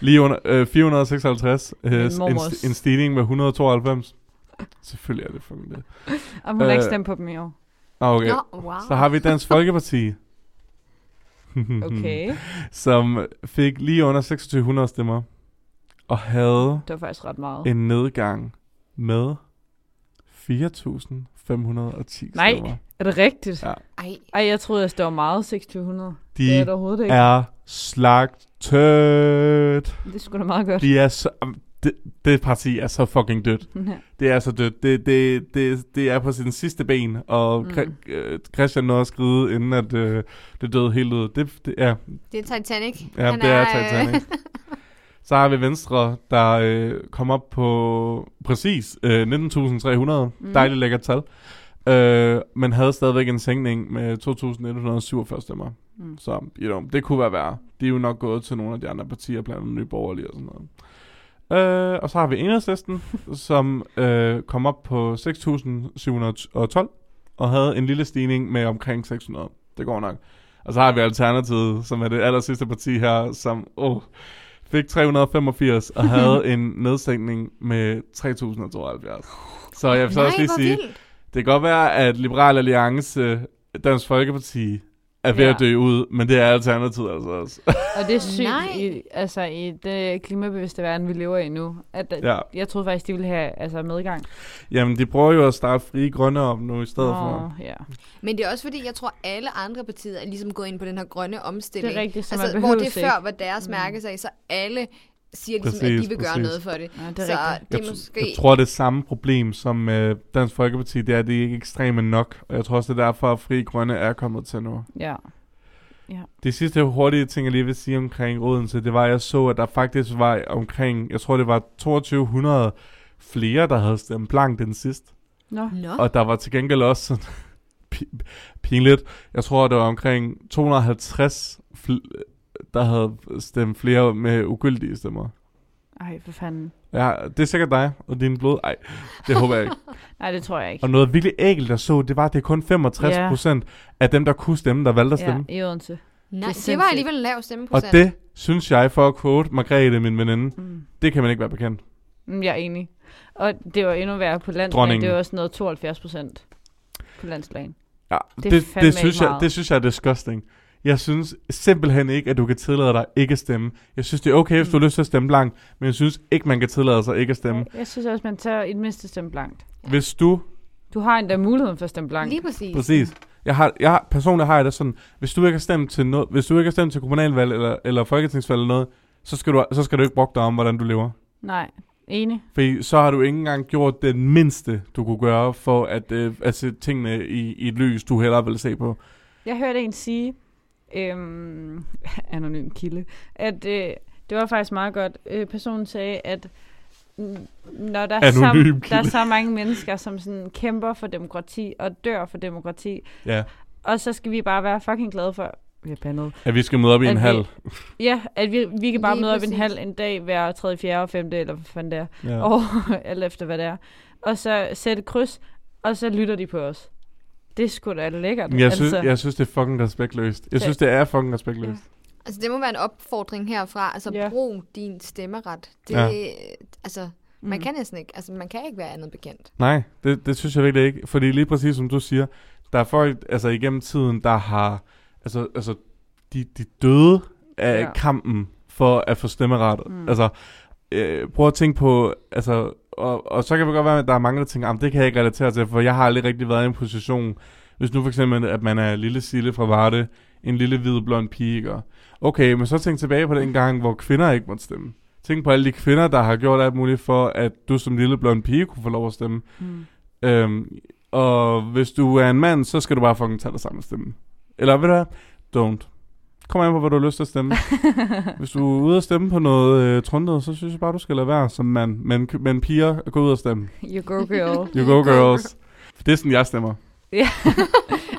lige under øh, 456, øh, en,
Min mormors.
st- en stigning med 192. Selvfølgelig er det fucking det.
Og hun har ikke
Øh,
stemt på dem i år.
Ah, okay.
Nå, wow.
Så har vi Dansk Folkeparti.
Okay.
som fik lige under 2600 stemmer, og havde
Det var faktisk ret meget.
en nedgang med 4510
Nej.
stemmer.
Er det rigtigt?
Ja.
Ej,
Ej, jeg troede, at det var meget 2600. Det er det
De
overhovedet ikke.
er slagtet.
Det skulle da meget godt.
De er så... det, det parti er så fucking dødt.
Ja.
Det er så dødt. Det, det, det, det er på sin sidste ben, og
Mm.
mm. Christian nåede at skride, inden at, øh, det døde helt ud. Det, det, ja,
Det er Titanic. øh,
ja det er, øh, Titanic. så har vi Venstre, der øh, kom op på præcis øh, 19.300.
Mm.
Mm. Dejligt lækkert tal. Øh, men havde stadigvæk en sænkning med 2.147 stemmer.
Mm.
Så you know, det kunne være værre. De er jo nok gået til nogle af de andre partier, blandt andet Nye Borgerlige og sådan noget. Øh, og så har vi Enhedslisten, som øh, kom op på 6.712 og havde en lille stigning med omkring 600. Det går nok. Og så har vi Alternativet, som er det aller sidste parti her, som åh, fik 385 og havde en nedsænkning med 3.072. Så jeg vil så
Nej,
også lige
hvor
sige,
vildt.
det kan godt være, at Liberal Alliance, Dansk Folkeparti, er ved
Ja.
ja. at dø ud, men det er alternativet altså også.
Og det er sygt
Nej.
i, altså, i det klimabevidste verden, vi lever i nu. At, ja.
ja.
Jeg troede faktisk, de ville have altså, medgang.
Jamen, de prøver jo at starte frie grønne op nu i stedet for.
ja.
Men det er også fordi, jeg tror, alle andre partier er ligesom gået ind på den her grønne
Det
omstilling.
er rigtigt, som
altså,
man
hvor
behøver
det før var deres mærkesag, så alle siger ligesom, at de
Præcis,
vil gøre
præcis.
noget for det.
Ja, det er
så
rigtigt.
det er
Jeg tr-
måske...
Jeg tror, det er samme problem som øh, Dansk Folkeparti, det er, at de ikke er ekstreme nok. Og jeg tror også, det er derfor, at frie grønne er kommet til nu.
Ja.
Det sidste hurtige ting, jeg lige vil sige omkring Odense, det var, at jeg så, at der faktisk var omkring, jeg tror, det var 2200 flere, der havde stemt blankt end sidst.
Nå.
Nå,
Og der var til gengæld også sådan pi- pinligt. Jeg tror, det var omkring 250, fl- der havde stemt flere med ugyldige stemmer.
Ej, for fanden.
Ja, det er sikkert dig og din blod. Ej, det håber jeg ikke.
Nej, det tror jeg ikke.
Og noget virkelig ægelt, der så, det var, at det er kun 65
Ja.
procent af dem, der kunne stemme, der valgte at stemme.
Ja, i Odense.
nej, det,
sindssygt.
var alligevel en lav
Og
stemmeprocent.
det synes jeg, for at quote Margrethe, min veninde,
Mm.
det kan man ikke være bekendt.
Mm, Jeg er enig. Og det var endnu værre på landsplan.
Dronningen.
Det var sådan noget 72 procent på landsplan.
Ja,
Det er
det, det,
fandme ikke
synes jeg,
meget.
det synes jeg er disgusting. Jeg synes simpelthen ikke, at du kan tillade dig ikke at stemme. Jeg synes, det er okay, hvis
Mm.
du har lyst til at stemme blankt, men jeg synes ikke, man kan tillade sig ikke at stemme.
Jeg synes også, man tager i det mindste stemme blankt.
Hvis du,
Du har endda muligheden for at stemme blankt.
Lige præcis.
præcis, jeg har, jeg har, personligt har jeg det sådan, hvis du ikke har stemt til, noget, hvis du ikke har stemt til kommunalvalg eller, eller folketingsvalg eller noget, så skal, du, så skal du ikke brokke dig om, hvordan du lever.
Nej, enig.
Fordi så har du ikke engang gjort den mindste, du kunne gøre, for at, øh, at se tingene i, i et lys, du hellere vil se på.
Jeg hørte en sige, øhm, anonym kilde, at øh, det var faktisk meget godt. Øh, personen sagde, at mm, når der er,
Anonym
så, der er
kilde.
så mange mennesker, som sådan kæmper for demokrati og dør for demokrati,
Ja,
og så skal vi bare være fucking glade for, vi er bandet,
at vi skal møde op i
At
en
vi-
hal.
Ja, at vi, vi kan bare
Lige
møde op en
præcis.
halv en dag hver 3., 4., 5. eller hvad fanden det er.
Ja.
Ja. Og alt efter hvad det er. Og så sætte kryds, og så lytter de på os. Det er sgu da lækkert. altså.
Men Jeg synes, jeg synes, det er fucking respektløst. Jeg
Så-
synes, det er fucking respektløst.
Altså, det må være en opfordring herfra. Altså,
Ja.
brug din stemmeret. Det,
Ja.
altså, man kan næsten ikke. Altså, man kan ikke være andet bekendt.
Nej, det, det synes jeg virkelig ikke. Fordi lige præcis som du siger, der er folk altså, igennem tiden, der har... Altså, altså de, de døde af
Ja.
ja. kampen for at få stemmeret.
Mm.
Mm. Altså, øh, prøv at tænke på... Altså, og, og så kan det godt være, at der er mange, der tænker, "Jamen, det kan jeg ikke relatere til, for jeg har aldrig rigtig været i en position. Hvis nu for eksempel, at man er lille Sille fra Varde, en lille hvid blond pige, ikke? Okay, men så tænk tilbage på den gang, hvor kvinder ikke måtte stemme. Tænk på alle de kvinder, der har gjort alt muligt for, at du som lille blond pige kunne få lov at stemme.
Mm.
Øhm, og hvis du er en mand, så skal du bare fucking tage dig sammen og stemme. Eller ved du hvad? Don't. Kom an på, hvor du har lyst til at stemme. hvis du er ude og stemme på noget øh, trundet, så synes jeg bare, du skal lade være som mand. Men, men piger, gå ud og stemme.
You go girl.
You go, girls. For det er sådan, jeg stemmer.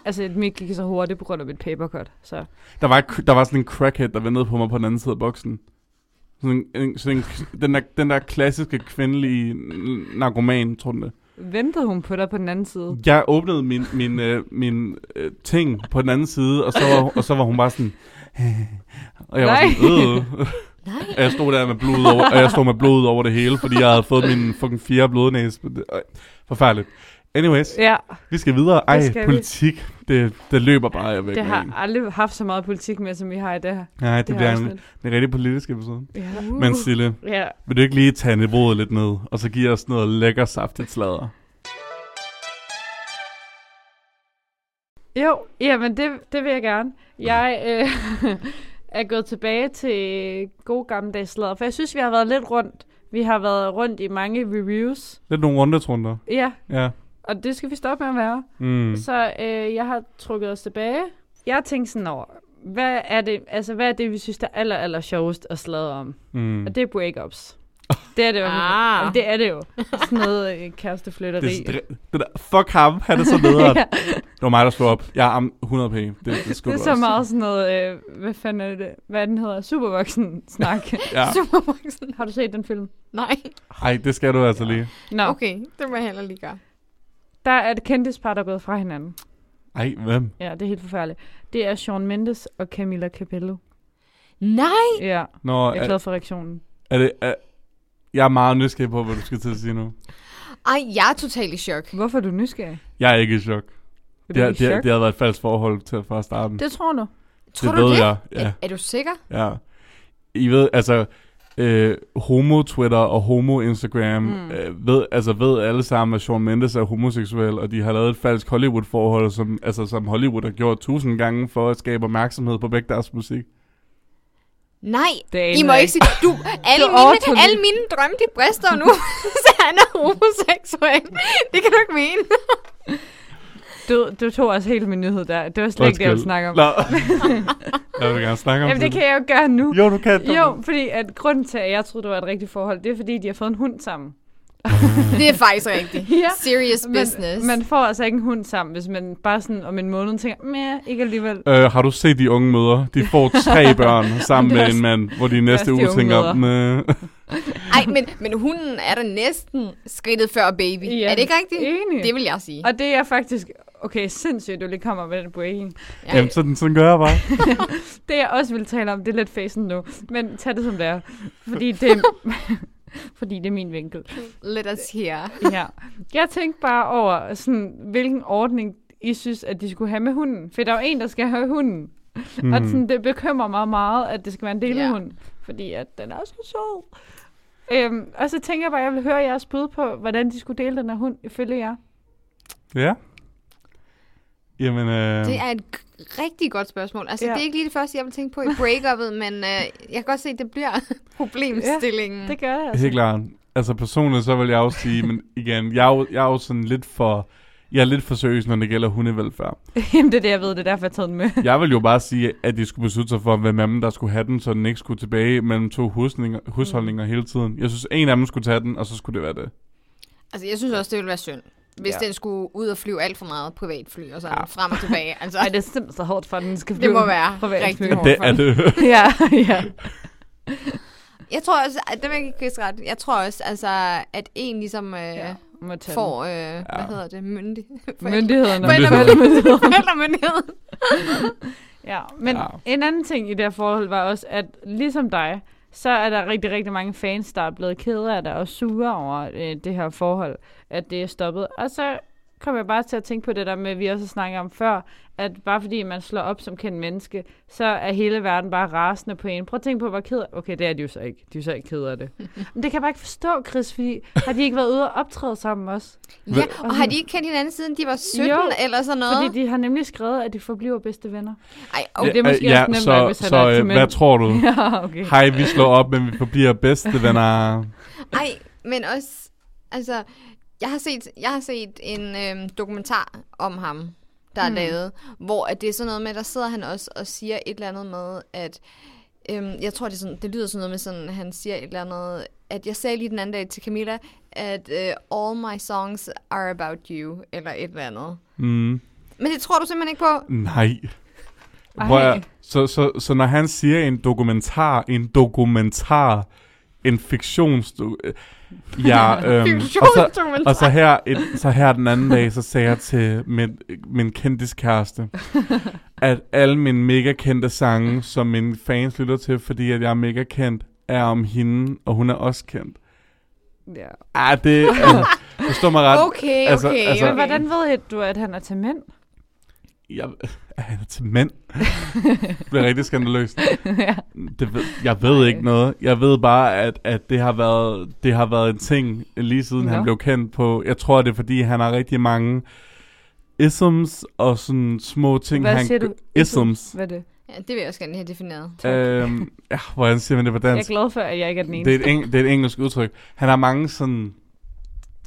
altså, at mit gik så hurtigt på grund af mit papercut. Så
Der var, et- der var sådan en crackhead, der ventede på mig på den anden side af boksen. Sådan en, en, sådan en, den, der, den der klassiske kvindelige n- narkoman, tror du det?
ventede hun på dig på den anden side.
Jeg åbnede min, min, øh, min øh, ting på den anden side, og så var, og så var hun bare sådan... Og jeg
Nej.
var sådan, øh.
Nej.
Og jeg stod der med blod over, og jeg stod med blod over det hele, fordi jeg havde fået min fucking fjerde blodnæse. Men det- Ej, Forfærdeligt. Anyways,
Ja,
vi skal videre. Ej,
Det skal vi.
politik, det, det løber bare jeg væk.
det
med
har
en.
aldrig haft så meget politik med, som vi har i det her.
Nej, det,
Det
det
her
bliver en,
afsnit.
en rigtig politisk episode.
Ja.
Uh. Men Sille,
ja.
vil du ikke lige tage niveauet lidt ned, og så give os noget lækker saftigt sladder?
Jo, jamen det, det vil jeg gerne. Jeg øh, er gået tilbage til gode gammeldags sladder, for jeg synes, vi har været lidt rundt. Vi har været rundt i mange reviews.
Lidt nogle rundetrunder.
Ja,
Ja.
og det skal vi stoppe med at være.
Mm.
Så øh, jeg har trukket os tilbage. Jeg tænkte sådan over, hvad er det, altså, hvad er det vi synes, der er aller, aller sjovest at sladre om?
Mm.
Og det er breakups. Det er det jo.
Ah.
Jamen, Det er det jo. Sådan noget øh, kæresteflytteri.
Det, er sådan- det der, fuck ham, han er så nederen. Det var mig, der slog op. Jeg er am- 100 p. Det, det
Det
skulle
er
du
så
også.
meget sådan noget, øh, hvad fanden er det, hvad den hedder, supervoksen snak.
Ja.
Supervoksen.
har du set den film?
Nej.
Ej, det skal du altså lige.
Nå, okay.
Okay, det må jeg heller lige gøre.
der er et kendtispar, der er gået fra hinanden.
Ej, hvem?
Ja, det er helt forfærdeligt. Det er Sean Mendes og Camila Cabello.
Nej!
Ja,
Nå,
jeg er
er,
glad for reaktionen.
er det... Er, jeg er meget nysgerrig på, hvad du skal til at sige nu.
Ej, jeg er totalt i chok.
Hvorfor er du nysgerrig?
Jeg er ikke i chok.
Er
Det,
du
har-
ikke
det, har-
chok?
det har været et falsk forhold til fra starten.
det tror du.
Tror
det
du
ved
det?
jeg.
Er,
Ja,
er du sikker?
ja. I ved, altså... Øh, homo-Twitter og homo-Instagram mm.
Mm.
øh, ved, altså ved alle sammen, at Shawn Mendes er homoseksuel, og de har lavet et falsk Hollywood-forhold, som, altså, som Hollywood har gjort tusind gange for at skabe opmærksomhed på begge deres musik.
Nej,
Det
I må ikke sige, du, alle,
Du overtog
mine,
det.
alle mine drømme, de brister nu, så han er homoseksuel. Det kan du ikke mene.
Du, du tog også hele min nyhed der. Det var slet ikke det, jeg ville snakke om.
Nå. jeg vil gerne snakke om
Jamen, det kan jeg jo gøre nu.
Jo, du kan.
Jo, fordi at grunden til, at jeg troede, det var et rigtigt forhold, det er, fordi de har fået en hund sammen.
Det er faktisk rigtigt.
Ja.
Serious business.
Man, man får altså ikke en hund sammen, hvis man bare sådan om en måned tænker, meh, ikke alligevel.
Øh, har du set de unge møder? De får tre børn sammen med en mand, hvor de næste
de
uge
unge
tænker,
mødre.
"Næh."
Ej, men, men hunden er der næsten skridtet før baby.
Ja,
Er det ikke rigtigt?
Enig.
Det vil jeg sige.
Og det er faktisk, okay, sindssygt, du lige kommer med den breaking.
Ja.
Jamen, sådan, sådan gør jeg bare.
Det jeg også vil tale om, det er lidt facen nu, men tag det som det er. Fordi det er, fordi det er min vinkel.
Let us hear.
Ja. Jeg tænkte bare over, sådan, hvilken ordning I synes, at de skulle have med hunden. For der er jo en, der skal have hunden. Mm. Og sådan, det bekymrer mig meget, at det skal være en delehund. Fordi at den er så sjov. Øhm, og så tænker jeg bare, at jeg vil høre jeres bud på, hvordan de skulle dele den her hund, ifølge jer.
Ja. Jamen, øh,
Det er et g- rigtig godt spørgsmål. Altså, ja.
Ja.
det er ikke lige det første, jeg vil tænke på i breakuppet, men øh, jeg kan godt se, at det bliver problemstillingen. Ja,
Det gør jeg altså.
helt klart. Altså personligt, så vil jeg også sige, men igen, jeg er jo, jeg er jo sådan lidt for... Jeg er lidt for seriøs, når det gælder hundevelfærd.
Jamen, det er det, jeg ved. Det er derfor, jeg tager den med.
Jeg vil jo bare sige, at de skulle beslutte sig for, hvem af dem, der skulle have den, så den ikke skulle tilbage mellem to husninger, husholdninger hele tiden. Jeg synes, en af dem skulle tage den, og så skulle det være det.
Altså, jeg synes også, det ville være synd, hvis
Ja.
ja. den skulle ud og flyve alt for meget privatfly og sådan
Ja.
ja. frem og tilbage. Altså,
Ej, det er simpelthen så hårdt for, at den skal
det må være rigtig
Ja,
hårdt
det
for
er
dem.
det.
ja, ja.
Jeg tror også, at det vil jeg ikke Chris ret. Jeg tror også, altså, at en ligesom øh, ja,
ja. Må tage
får, øh, ja. hvad hedder det, myndig...
den. myndighederne.
Forældre-
Forældremyndigheden.
Forældremyndighed.
Ja, men
Ja.
ja. en anden ting i det her forhold var også, at ligesom dig, så er der rigtig, rigtig mange fans, der er blevet kede af dig og sure over øh, det her forhold, at det er stoppet. Og så kom jeg bare til at tænke på det der med, vi også snakker om før, at bare fordi man slår op som kendt menneske, så er hele verden bare rasende på en. Prøv at tænke på, hvor ked Okay, det er de jo så ikke. De er jo så ikke kede af det. Men det kan jeg bare ikke forstå, Chris, fordi har de ikke været ude og optræde sammen også?
Ja, og har de ikke kendt hinanden siden de var 17 jo,
Jo,
eller sådan noget?
Fordi de har nemlig skrevet, at de forbliver bedste venner.
Ej, okay.
det er måske
Øh, ja,
også nemt
så,
nok, hvis han
så,
er til
øh,
mænd.
hvad tror du?
Ja, okay.
Hej, vi slår op, men vi forbliver bedste venner.
Ej, men også, altså, jeg har set, jeg har set en øhm, dokumentar om ham, der
Hmm.
er lavet, hvor at det er sådan noget med, der sidder han også og siger et eller andet med, at, øhm, jeg tror, det, er sådan, det lyder sådan noget med sådan, han siger et eller andet, at jeg sagde lige den anden dag til Camilla, at øh, all my songs are about you, eller et eller andet.
Mm,
Men det tror du simpelthen ikke på?
nej.
Ej.
Prøv at, så, så, så når han siger en dokumentar, en dokumentar, en fiktions... øh, Ja, øhm, og, så,
Fiktionsdokumentar.
og så, her et, så her den anden dag, så sagde jeg til min, min kendiskæreste, at alle mine mega kendte sange, som mine fans lytter til, fordi at jeg er mega kendt, er om hende, og hun er også kendt.
Ja.
Ah, det... Øh, forstår mig ret.
Okay, okay.
Altså-
Altså, okay.
altså-
Men hvordan ved I, du, at han er til mænd?
Jeg, er han til mænd? det bliver rigtig skandaløst. Det ved, jeg ved ikke noget. Jeg ved bare, at, at det, har været, det har været en ting, lige siden ja. han
Nå.
blev kendt på. Jeg tror, det er, fordi han har rigtig mange isms og sådan små ting.
Hvad
han,
siger du?
Isms.
Hvad er det?
Ja, det vil jeg også gerne have defineret.
Øhm, ja, hvordan siger man det på
Jeg
dansk?
er glad for, at jeg ikke er den eneste.
Det er, et eng- det er et engelsk udtryk. Han har mange sådan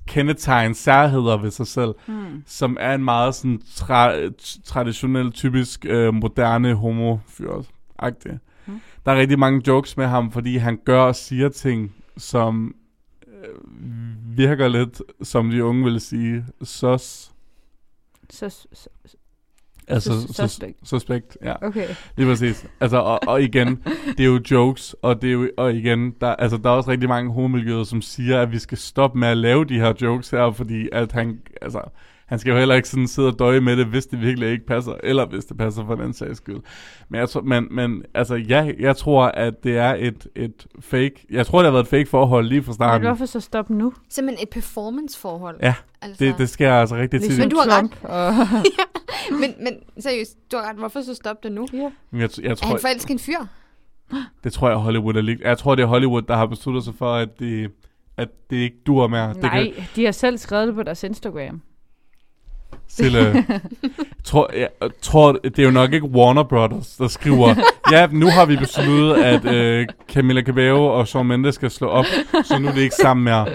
kendetegn, særheder ved sig selv,
Mm.
som er en meget sådan tra- t- traditionel, typisk øh, moderne homofyr agtig
Mm.
Der er rigtig mange jokes med ham, fordi han gør og siger ting, som øh, virker lidt, som de unge vil sige, sos.
Så, så,
Altså,
Sus-
sus-
suspect.
suspekt, ja.
okay.
Lige præcis. Altså, og, og igen, det er jo jokes, og, det er jo, og igen, der, altså, der er også rigtig mange homomiljøer, som siger, at vi skal stoppe med at lave de her jokes her, fordi at han, altså, han skal jo heller ikke sådan sidde og døje med det, hvis det virkelig ikke passer, eller hvis det passer for den sags skyld. Men, jeg tror, men, men altså, ja, jeg tror, at det er et, et fake, jeg tror, det har været et fake forhold lige fra
Men
starten.
hvorfor så stoppe nu?
Simpelthen et performanceforhold.
Ja,
altså.
Det, det sker altså rigtig tit.
Ligesom
Men du har
Trump og...
Men, men seriøst, du har ret. Hvorfor så stoppe det nu?
ja.
Men Jeg, jeg
Er
tror,
han forelsket i en fyr?
Det tror jeg Hollywood er lig... Jeg tror, det er Hollywood, der har besluttet sig for, at det, at det ikke dur mere. Det
Nej, de har selv skrevet det på deres Instagram.
til, øh, tror, jeg, tror, det er jo nok ikke Warner Brothers, der skriver, ja, nu har vi besluttet, at øh, Camilla Cabello og Shawn Mendes skal slå op, så nu er det ikke sammen mere.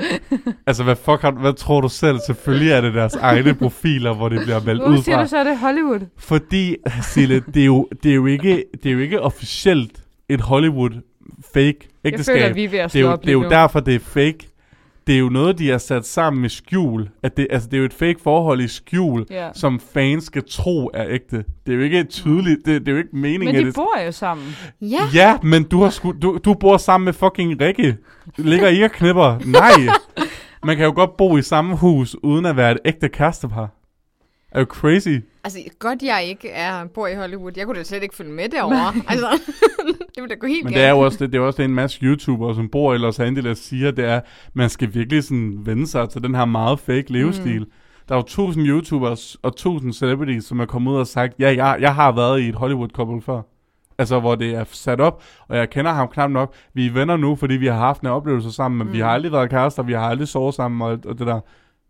Altså, hvad, fuck har, hvad tror du selv? Selvfølgelig er det deres egne profiler, hvor det bliver valgt
Hvorfor
ud
siger
fra.
du så, at det er Hollywood?
Fordi, Sille, det er jo, det er jo, ikke, det er jo ikke officielt et Hollywood fake
Jeg føler,
ægteskab.
at vi er ved at
det
slå
er jo,
op
det er
lige
jo
nu.
derfor, det er fake. Det er jo noget, de har sat sammen med skjul. At det, altså, det er jo et fake forhold i skjul,
Ja.
som fans skal tro er ægte. Det er jo ikke tydeligt. Det, det er jo ikke
Men
meningen,
de
at det...
bor jo sammen.
Ja.
Ja, men du, har sku, du, du bor sammen med fucking Rikke. Ligger I og knipper? Nej. Man kan jo godt bo i samme hus, uden at være et ægte kærestepar. Er jo crazy.
Altså, godt jeg ikke er, bor i Hollywood. Jeg kunne da slet ikke følge med derovre. altså, det ville da gå helt
Men
galt.
det er jo også det, det er jo også det, en masse YouTubere, som bor i Los Angeles, siger, det er, man skal virkelig sådan vende sig til den her meget fake levestil. Mm. Der er jo tusind YouTubers og tusind celebrities, som er kommet ud og sagt, ja, jeg, jeg har været i et Hollywood-couple før. Altså, hvor det er sat op, og jeg kender ham knap nok. Vi er venner nu, fordi vi har haft en oplevelse sammen, men mm. vi har aldrig været kærester, vi har aldrig sovet sammen og, og det der.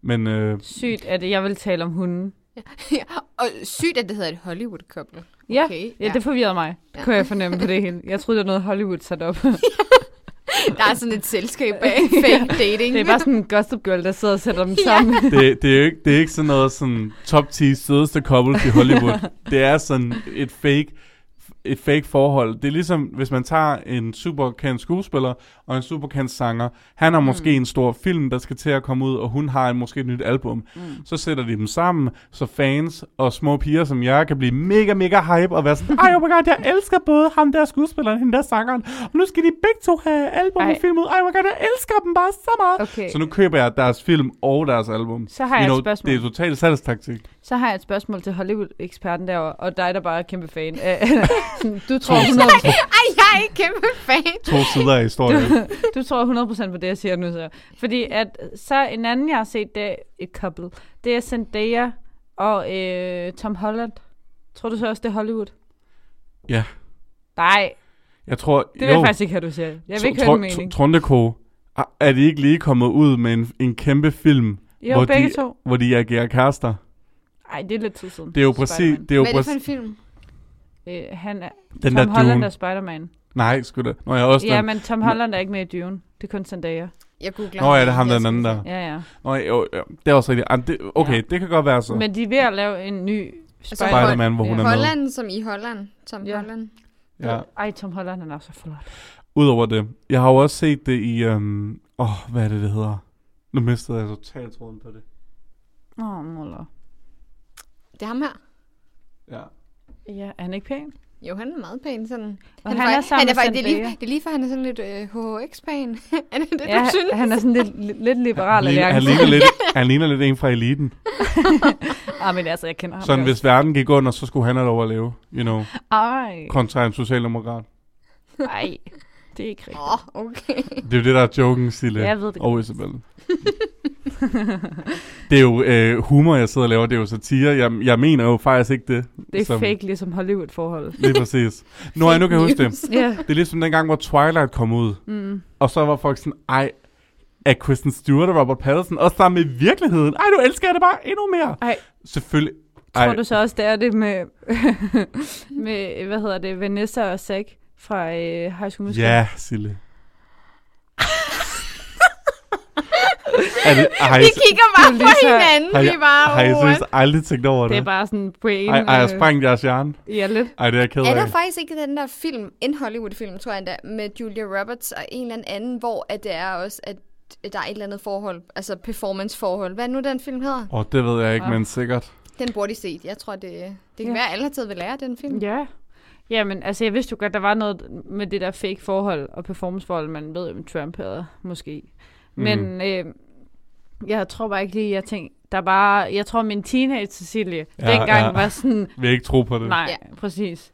Men øh,
Sygt, at jeg vil tale om hunden.
Ja, og sygt, at det hedder et Hollywood-couple.
Ja,
Okay,
ja, det forvirrede mig. Det kunne jeg fornemme på det hele. Jeg troede, det var noget Hollywood sat op.
Der er sådan et selskab bag fake dating.
Det er bare sådan en gossip girl, der sidder og sætter dem sammen.
det, det, er jo ikke, det er ikke sådan noget sådan top 10 sødeste couples i Hollywood. det er sådan et fake et fake forhold. Det er ligesom, hvis man tager en superkendt skuespiller og en superkendt sanger. Han har måske mm. en stor film, der skal til at komme ud, og hun har en, måske et nyt album. Mm. Så sætter de dem sammen, så fans og små piger som jeg kan blive mega, mega hype og være sådan, ej, oh my god, jeg elsker både ham der skuespilleren og hende der sangeren, og nu skal de begge to have album og
Ej.
film ud. Ej, oh my god, jeg elsker dem bare så meget.
Okay,
Så nu køber jeg deres film og deres album.
Så har jeg et spørgsmål.
Det er total salgstaktik.
så har jeg et spørgsmål til Hollywood-eksperten derovre, og dig, der bare er kæmpe fan. Øh, sådan, du tror 100%,
Ej, jeg er ikke kæmpe fan.
To sider af historien.
Du tror 100% på det, jeg siger nu så. Fordi at så en anden, jeg har set, det er et couple. Det er Zendaya og øh, Tom Holland. Tror du så også, det er Hollywood?
Ja.
Nej,
Jeg tror,
det vil jeg faktisk ikke have, du siger. Jeg vil ikke høre din mening.
Trondeko, er de ikke lige kommet ud med en, en kæmpe film,
Jo,
hvor
begge
de-
to.
hvor de agerer kærester?
Nej, det er lidt tid siden.
Det er jo præcis...
Spider-Man.
Det er jo
Hvad er det for
præcis
en film?
Øh, han er,
den
Tom
der
Holland
Dune.
er Spider-Man.
Nej, sgu da. Nå, jeg er også
Ja,
den.
men Tom Holland er ikke med i Dune. Det er kun Zendaya.
Jeg googler.
Nå ja, det er ham der den anden der.
Ja, ja.
Nå, jo, jo, det er også rigtigt. Ah, det, okay,
Ja.
det kan godt være så.
Men de er ved at lave en ny Spider-Man.
Spider-Man, hvor hun
Ja.
er med.
Holland, som i Holland. Som
Ja.
Holland.
Ja.
Ej, Tom Holland han er også så flot.
Udover det, jeg har jo også set det i... Åh, øhm, oh, hvad er det, det hedder? Nu mistede jeg totalt tråden på det.
Åh, oh, muller.
Det er ham her.
Ja.
Ja, er han ikke pæn?
Jo, han er meget pæn sådan.
Og han, han er
faktisk-
sammen
han er
med
faktisk, det, er lige,
Zendaya.
det er lige for, han er sådan lidt øh, HHX-pæn. er det det,
Ja,
du synes?
han er sådan lidt, lidt- lidt liberal
Han, ligner- han,
alliance.
ligner lidt, han ligner lidt en fra eliten.
Ah, men altså, jeg kender ham.
Sådan,
godt.
hvis verden gik under, så skulle han have lov at leve, you know,
Ej,
kontra en socialdemokrat.
ej, det er ikke rigtigt.
Åh, oh, okay.
Det er jo det, der er joken, Sille.
Jeg ved det
og Isabel. det er jo øh, humor, jeg sidder og laver. Det er jo satire. Jeg, jeg mener jo faktisk ikke det.
Det er
Som-
fake, ligesom Hollywood-forholdet.
Lige præcis. Nå, jeg nu kan jeg huske det.
Ja.
Det er ligesom dengang, hvor Twilight kom ud.
Mm.
Og så var folk sådan, ej, er Kristen Stewart og Robert Pattinson også sammen i virkeligheden? Ej, nu elsker jeg det bare endnu mere.
Ej.
Selvfølgelig.
Tror
Ej.
du så også, det er det med, med hvad hedder det, Vanessa og Zack fra øh, High School Musical?
Ja, Sille. er det, har I,
Vi kigger bare
Det er
på
lige så-
hinanden.
har I-
Vi er bare
har I
what?
synes, aldrig tænkt over
Det
det?
er bare sådan brain.
Ej, ej, jeg
øh,
sprang jeres hjerne.
Ja, lidt.
Ej, det er jeg ked
Er der
af.
faktisk ikke den der film, en Hollywood-film, tror jeg endda, med Julia Roberts og en eller anden, hvor at det er også, at der er et eller andet forhold, altså performance-forhold. Hvad er nu den film hedder?
Åh, oh, det ved jeg ikke, men sikkert.
Den burde I se. Jeg tror, det, det kan
Ja.
være, at alle har taget ved lære af den film.
Ja. Jamen, altså, jeg vidste jo godt, der var noget med det der fake forhold og performanceforhold, man ved, om Trump havde, måske.
Mhm.
Men øh, jeg tror bare ikke lige, jeg tænkte, der er bare, jeg tror, min teenage Cecilie
Ja, Mm.
ja, dengang
ja.
ja. var sådan,
Vil jeg ikke tro på det?
nej,
Ja.
ja. præcis.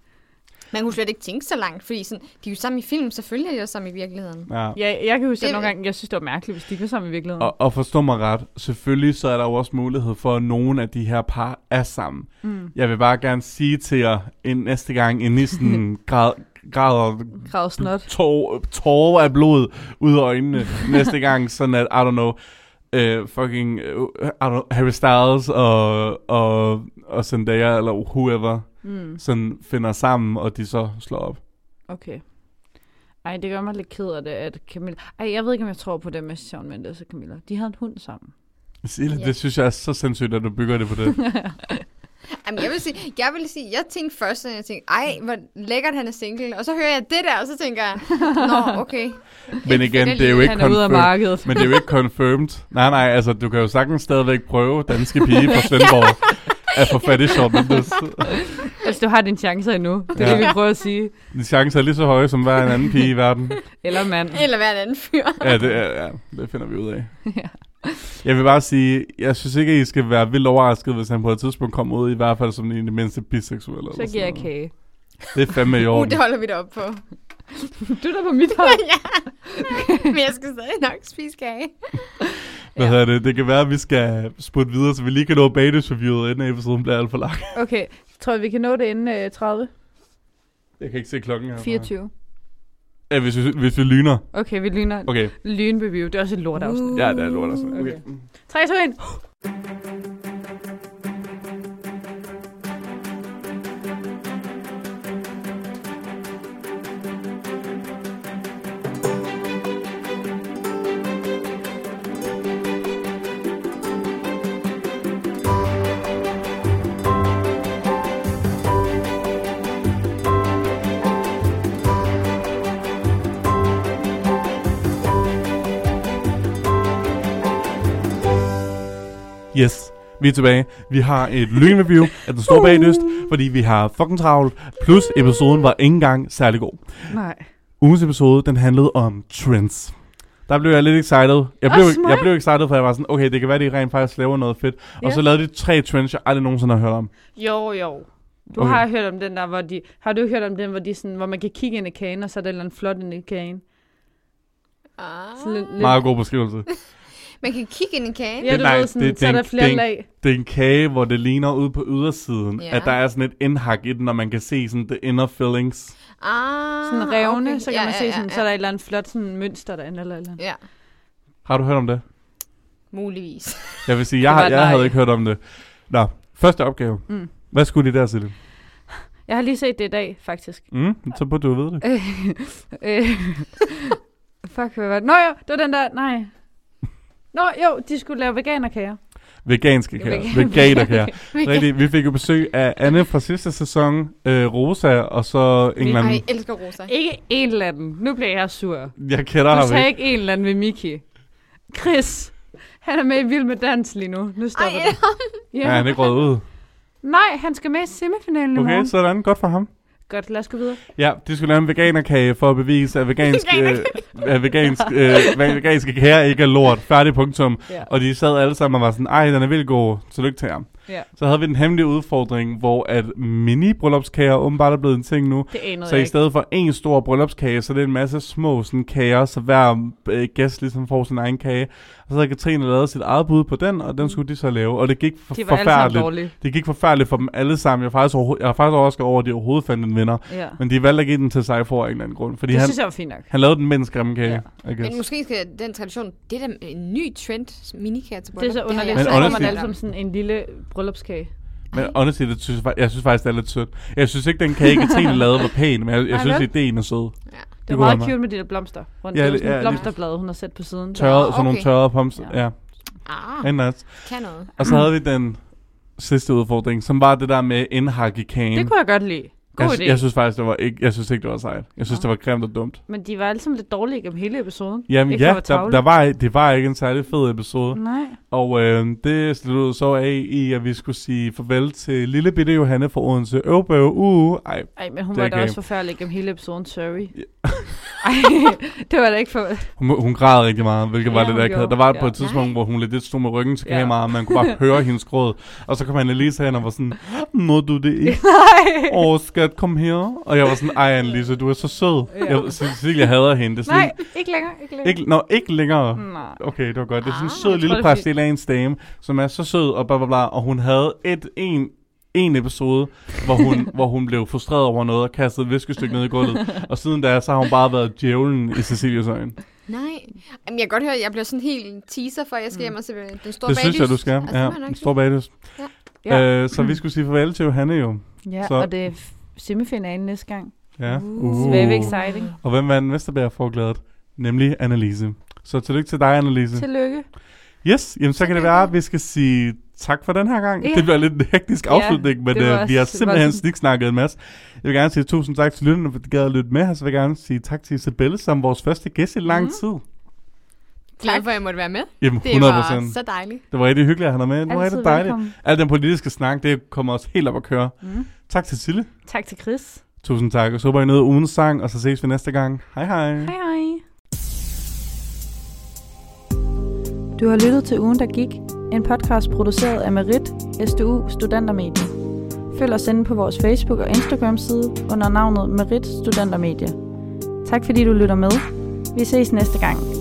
Man kunne slet ikke tænke så langt, fordi sådan, de er jo sammen i film, selvfølgelig er de jo sammen i virkeligheden.
Ja.
Jeg, jeg kan huske, at
Det-
nogle gange, jeg synes, det var mærkeligt, hvis de ikke var sammen i virkeligheden.
Og, og forstå mig ret, selvfølgelig så er der jo også mulighed for, at nogle af de her par er sammen. Mm. Jeg vil bare gerne sige til jer, en, næste gang en nissen grad, græder
Krav snot.
tår- tårer af blod ud af øjnene næste gang, sådan at, I don't know, uh, fucking uh, I don't, Harry Styles og, og, og Zendaya, eller whoever,
Mm.
sådan finder sammen, og de så slår op.
Okay. Ej, det gør mig lidt ked af det, at Camilla... Ej, jeg ved ikke, om jeg tror på det med Shawn Mendes og Camilla. De havde en hund sammen.
Sille,
Ja.
det synes jeg er så sindssygt, at du bygger det på det.
Jamen, jeg vil sige, jeg, vil sige, jeg tænkte først, at jeg tænkte, ej, hvor lækkert han er single. Og så hører jeg det der, og så tænker jeg, nå, okay.
Men igen, det er jo ikke
Han er ude af
confirmed.
markedet.
Men det er jo ikke confirmed. Nej, nej, altså du kan jo sagtens stadigvæk prøve danske pige fra Svendborg at få fat i Shawn Mendes.
Altså, du har dine chancer endnu. Det er
Ja.
ja. det, vi prøver at sige.
De chancer er lige så høje som hver en anden pige i verden.
Eller mand.
Eller hver anden fyr.
Ja, det, er, ja, det finder vi ud af.
Ja.
Jeg vil bare sige, jeg synes ikke, at I skal være vildt overrasket, hvis han på et tidspunkt kommer ud, i hvert fald som en af de mindste biseksuelle. eller
Så
sådan
giver jeg
noget.
kage.
Det er fandme i
Uh,
orden.
det holder vi da op på.
Du er da på mit hold.
ja. Men jeg skal stadig nok spise kage.
Hvad hedder det? Det kan være, at vi skal sputte videre, så vi lige kan nå Bates-reviewet, inden episoden bliver alt for lang.
Okay, tror jeg, vi kan nå det inden øh, 30?
Jeg kan ikke se klokken her.
24.
Ja, hvis, vi, hvis vi lyner.
Okay, vi lyner. Okay.
Okay.
Lynreview. Det er også et lort afsnit.
Ja, det er lort altså. Okay.
Okay. 3, 2, 1.
Yes, vi er tilbage. Vi har et lynreview af den store bagdyst, fordi vi har fucking travlt. Plus episoden var ikke engang særlig god.
Nej.
Ugens episode, den handlede om trends. Der blev jeg lidt excited. Jeg blev,
Også mig.
jeg blev excited, for jeg var sådan, okay, det kan være, de rent faktisk laver noget fedt. Yeah. Og
Ja.
så lavede de tre trends, jeg aldrig nogensinde har hørt om.
Jo, jo.
Okay.
Du okay. har hørt om den der, hvor de... Har du hørt om den, hvor, de sådan, hvor man kan kigge ind i kagen, og så er der en eller anden flot ind i kagen?
Ah.
Sådan lidt, lidt...
Meget god beskrivelse.
Man kan kigge ind i kagen.
Ja,
Det
du
er
ved,
nice.
sådan,
Det-
det, så er
det-
der flere
det-
lag.
Det er en kage, hvor det ligner ude på ydersiden,
Ja.
yeah. at der er sådan et indhak i den, og man kan se sådan the inner fillings.
Ah,
Sådan revne,
okay.
så kan
ja,
man
ja,
se
ja,
sådan,
ja.
så er der et eller andet flot sådan, mønster derinde, eller et eller andet.
Ja,
Har du hørt om det?
muligvis.
Jeg vil sige,
Det
jeg,
var
har,
et
jeg
nej.
havde ikke hørt om det. Nå, første opgave.
Mm.
Hvad skulle de der, Silje?
Jeg har lige set det i dag, faktisk.
Mm, så burde du jo vide det.
Øh, øh, fuck, hvad var det? Nå jo, det var den der, nej. Nå jo, de skulle lave veganerkager.
Veganske kager.
Vegan-
Veganerkager. Rigtigt. Vi fik jo besøg af Anne fra sidste sæson, øh, Rosa, og så en eller
Ej,
anden...
jeg elsker Rosa.
Ikke en eller anden. Nu bliver jeg sur.
Jeg kender
Du
ham
sagde
ikke.
ikke en eller anden ved Miki. Chris, han er med i Vild med Dans lige nu. Nu
Ej,
stopper det.
Ja, han er ikke røget ud.
Nej, han skal med i semifinalen i
Okay,
morgen.
sådan. Godt for ham.
Godt, lad os gå videre.
Ja, de skulle lave en veganerkage for at bevise, at veganske,
Veganerkage.
at vegansk, øh, at veganske kager ikke er lort. Færdig punktum.
Ja.
Og de sad alle sammen og var sådan, ej, den er vildt god. Tillykke til ham.
ja.
Så havde vi den hemmelige udfordring, hvor at mini-bryllupskager åbenbart er blevet en ting nu.
Det anede
Så
jeg
i
ikke.
stedet for en stor bryllupskage, så er det en masse små sådan, kager, så hver øh, gæst ligesom får sin egen kage. Og så havde Katrine lavet sit eget bud på den, og den skulle de så lave. Og det gik for,
De var alle sammen
forfærdeligt.
dårlige.
Det gik forfærdeligt for dem alle sammen. Jeg er faktisk, overho- jeg er faktisk overrasket over, at de overhovedet fandt en vinder.
Ja.
Men de valgte at give den til sig for en eller anden grund. Fordi
Det
han,
synes jeg var fint nok.
han lavede den mindst grimme kage. Ja.
Men måske skal den tradition, det er da en ny trend, minikager til
Det er
bryllup.
så
har jeg
underligt.
Men
så
aldrig
underligt.
kommer ligesom det
hørt
alle
om.
som sådan en lille bryllupskage.
Men honestly, det synes jeg, fa- jeg synes faktisk, det er lidt sødt. Jeg synes ikke, den kage, Katrine lavede, var pæn, men jeg, jeg
Nej,
synes,
vel?
ideen er sød.
Ja.
Det var
kunne
meget
være
cute med de der blomster. Rundt.
Ja,
Ja, det var
det-
sådan
ja,
ja,
lige-
blomsterblad, hun har sat på siden.
Tørrede,
okay.
sådan nogle tørrede pomster.
Ja.
Ja. ja.
Ah,
Very nice.
kan noget.
Og så havde vi den sidste udfordring, som var det der med indhak i kagen.
Det kunne jeg godt lide. God
jeg,
idé.
jeg, synes faktisk, det var ikke, jeg synes ikke, det var sejt. Jeg synes,
Nå.
det var grimt og dumt.
Men de var alle sammen lidt dårlige gennem hele episoden.
Jamen
Ikke
ja,
for at være Mm.
der, der var, det var ikke en særlig fed episode.
Nej.
Og øh, det sluttede så af i, at vi skulle sige farvel til lille bitte Johanne fra Odense. Øv, bøv, uh, ej.
Ej, men hun
Det
var
er
da
galt.
også forfærdelig gennem hele episoden, sorry.
Ja.
Ej, det var da ikke for...
Hun, hun græd rigtig meget, hvilket
Ja,
ja, var lidt
hun
akavet.
gjorde.
Der var på
Ja.
et tidspunkt,
Nej.
hvor hun lidt stod med ryggen til
Ja.
kameraet, og man kunne bare høre hendes gråd. Og så kom han Elisa hen og var sådan, må du det ikke? Åh, oh, skat, kom her. Og jeg var sådan, ej, Annelise, du er så sød.
Ja.
Jeg, Cecilia hader hende. Det er sådan,
Nej, ikke længere, ikke længere.
ikke, nå, ikke længere.
Nej.
Okay, det var godt. Det er sådan en
Ah,
sød
jeg
lille
tror, det er
præstil af ens dame, som er så sød og bla bla bla, og hun havde et, en, en episode, hvor hun, hvor hun blev frustreret over noget og kastede et viskestykke ned i gulvet. Og siden da, så har hun bare været djævlen i Cecilias øjne.
Nej. Jamen, jeg kan godt høre, at jeg bliver sådan helt teaser for, at
Mm.
jeg skal hjem og se øh, den store
det synes jeg, du skal.
Altså,
Ja,
det må jeg nok
en stor bagdyst.
Ja,
Ja. Øh, så vi skulle sige farvel til Johanne jo.
ja
så-
og det er f- semifinalen næste gang.
Ja.
Uh.
Uh. Very exciting.
Og hvem vandt Vesterbær-forglædet? Nemlig Annelise. Så tillykke til dig, Annelise.
Tillykke.
Yes, jamen så kan det være, at vi skal sige tak for den her gang.
Ja.
Det bliver lidt en hektisk
Ja,
afslutning, men
det var
øh, vi har
også
simpelthen
voldsomt.
sniksnakket en masse. Jeg vil gerne sige tusind tak til lytterne, for at de gad at lytte med her. Så vil jeg gerne sige tak til Isabelle, som vores første gæst i lang
Mhm.
tid.
Glad for, at jeg måtte være med.
Jamen,
Det
100
var
procent.
så dejligt.
Det var rigtig hyggeligt at have dig med. Det var
Altid
rigtig dejligt.
velkommen.
Al den politiske snak, det kommer også helt op at køre.
Mm.
Tak til Sille.
Tak til Chris.
Tusind tak, og så håber I nød ugens sang, og så ses vi næste gang. Hej hej.
Hej hej. Du har lyttet til Ugen, der gik. En podcast produceret af Merit, SDU Studentermedie. Følg os inde på vores Facebook og Instagram side under navnet Merit Studentermedie. Tak fordi du lytter med. Vi ses næste gang.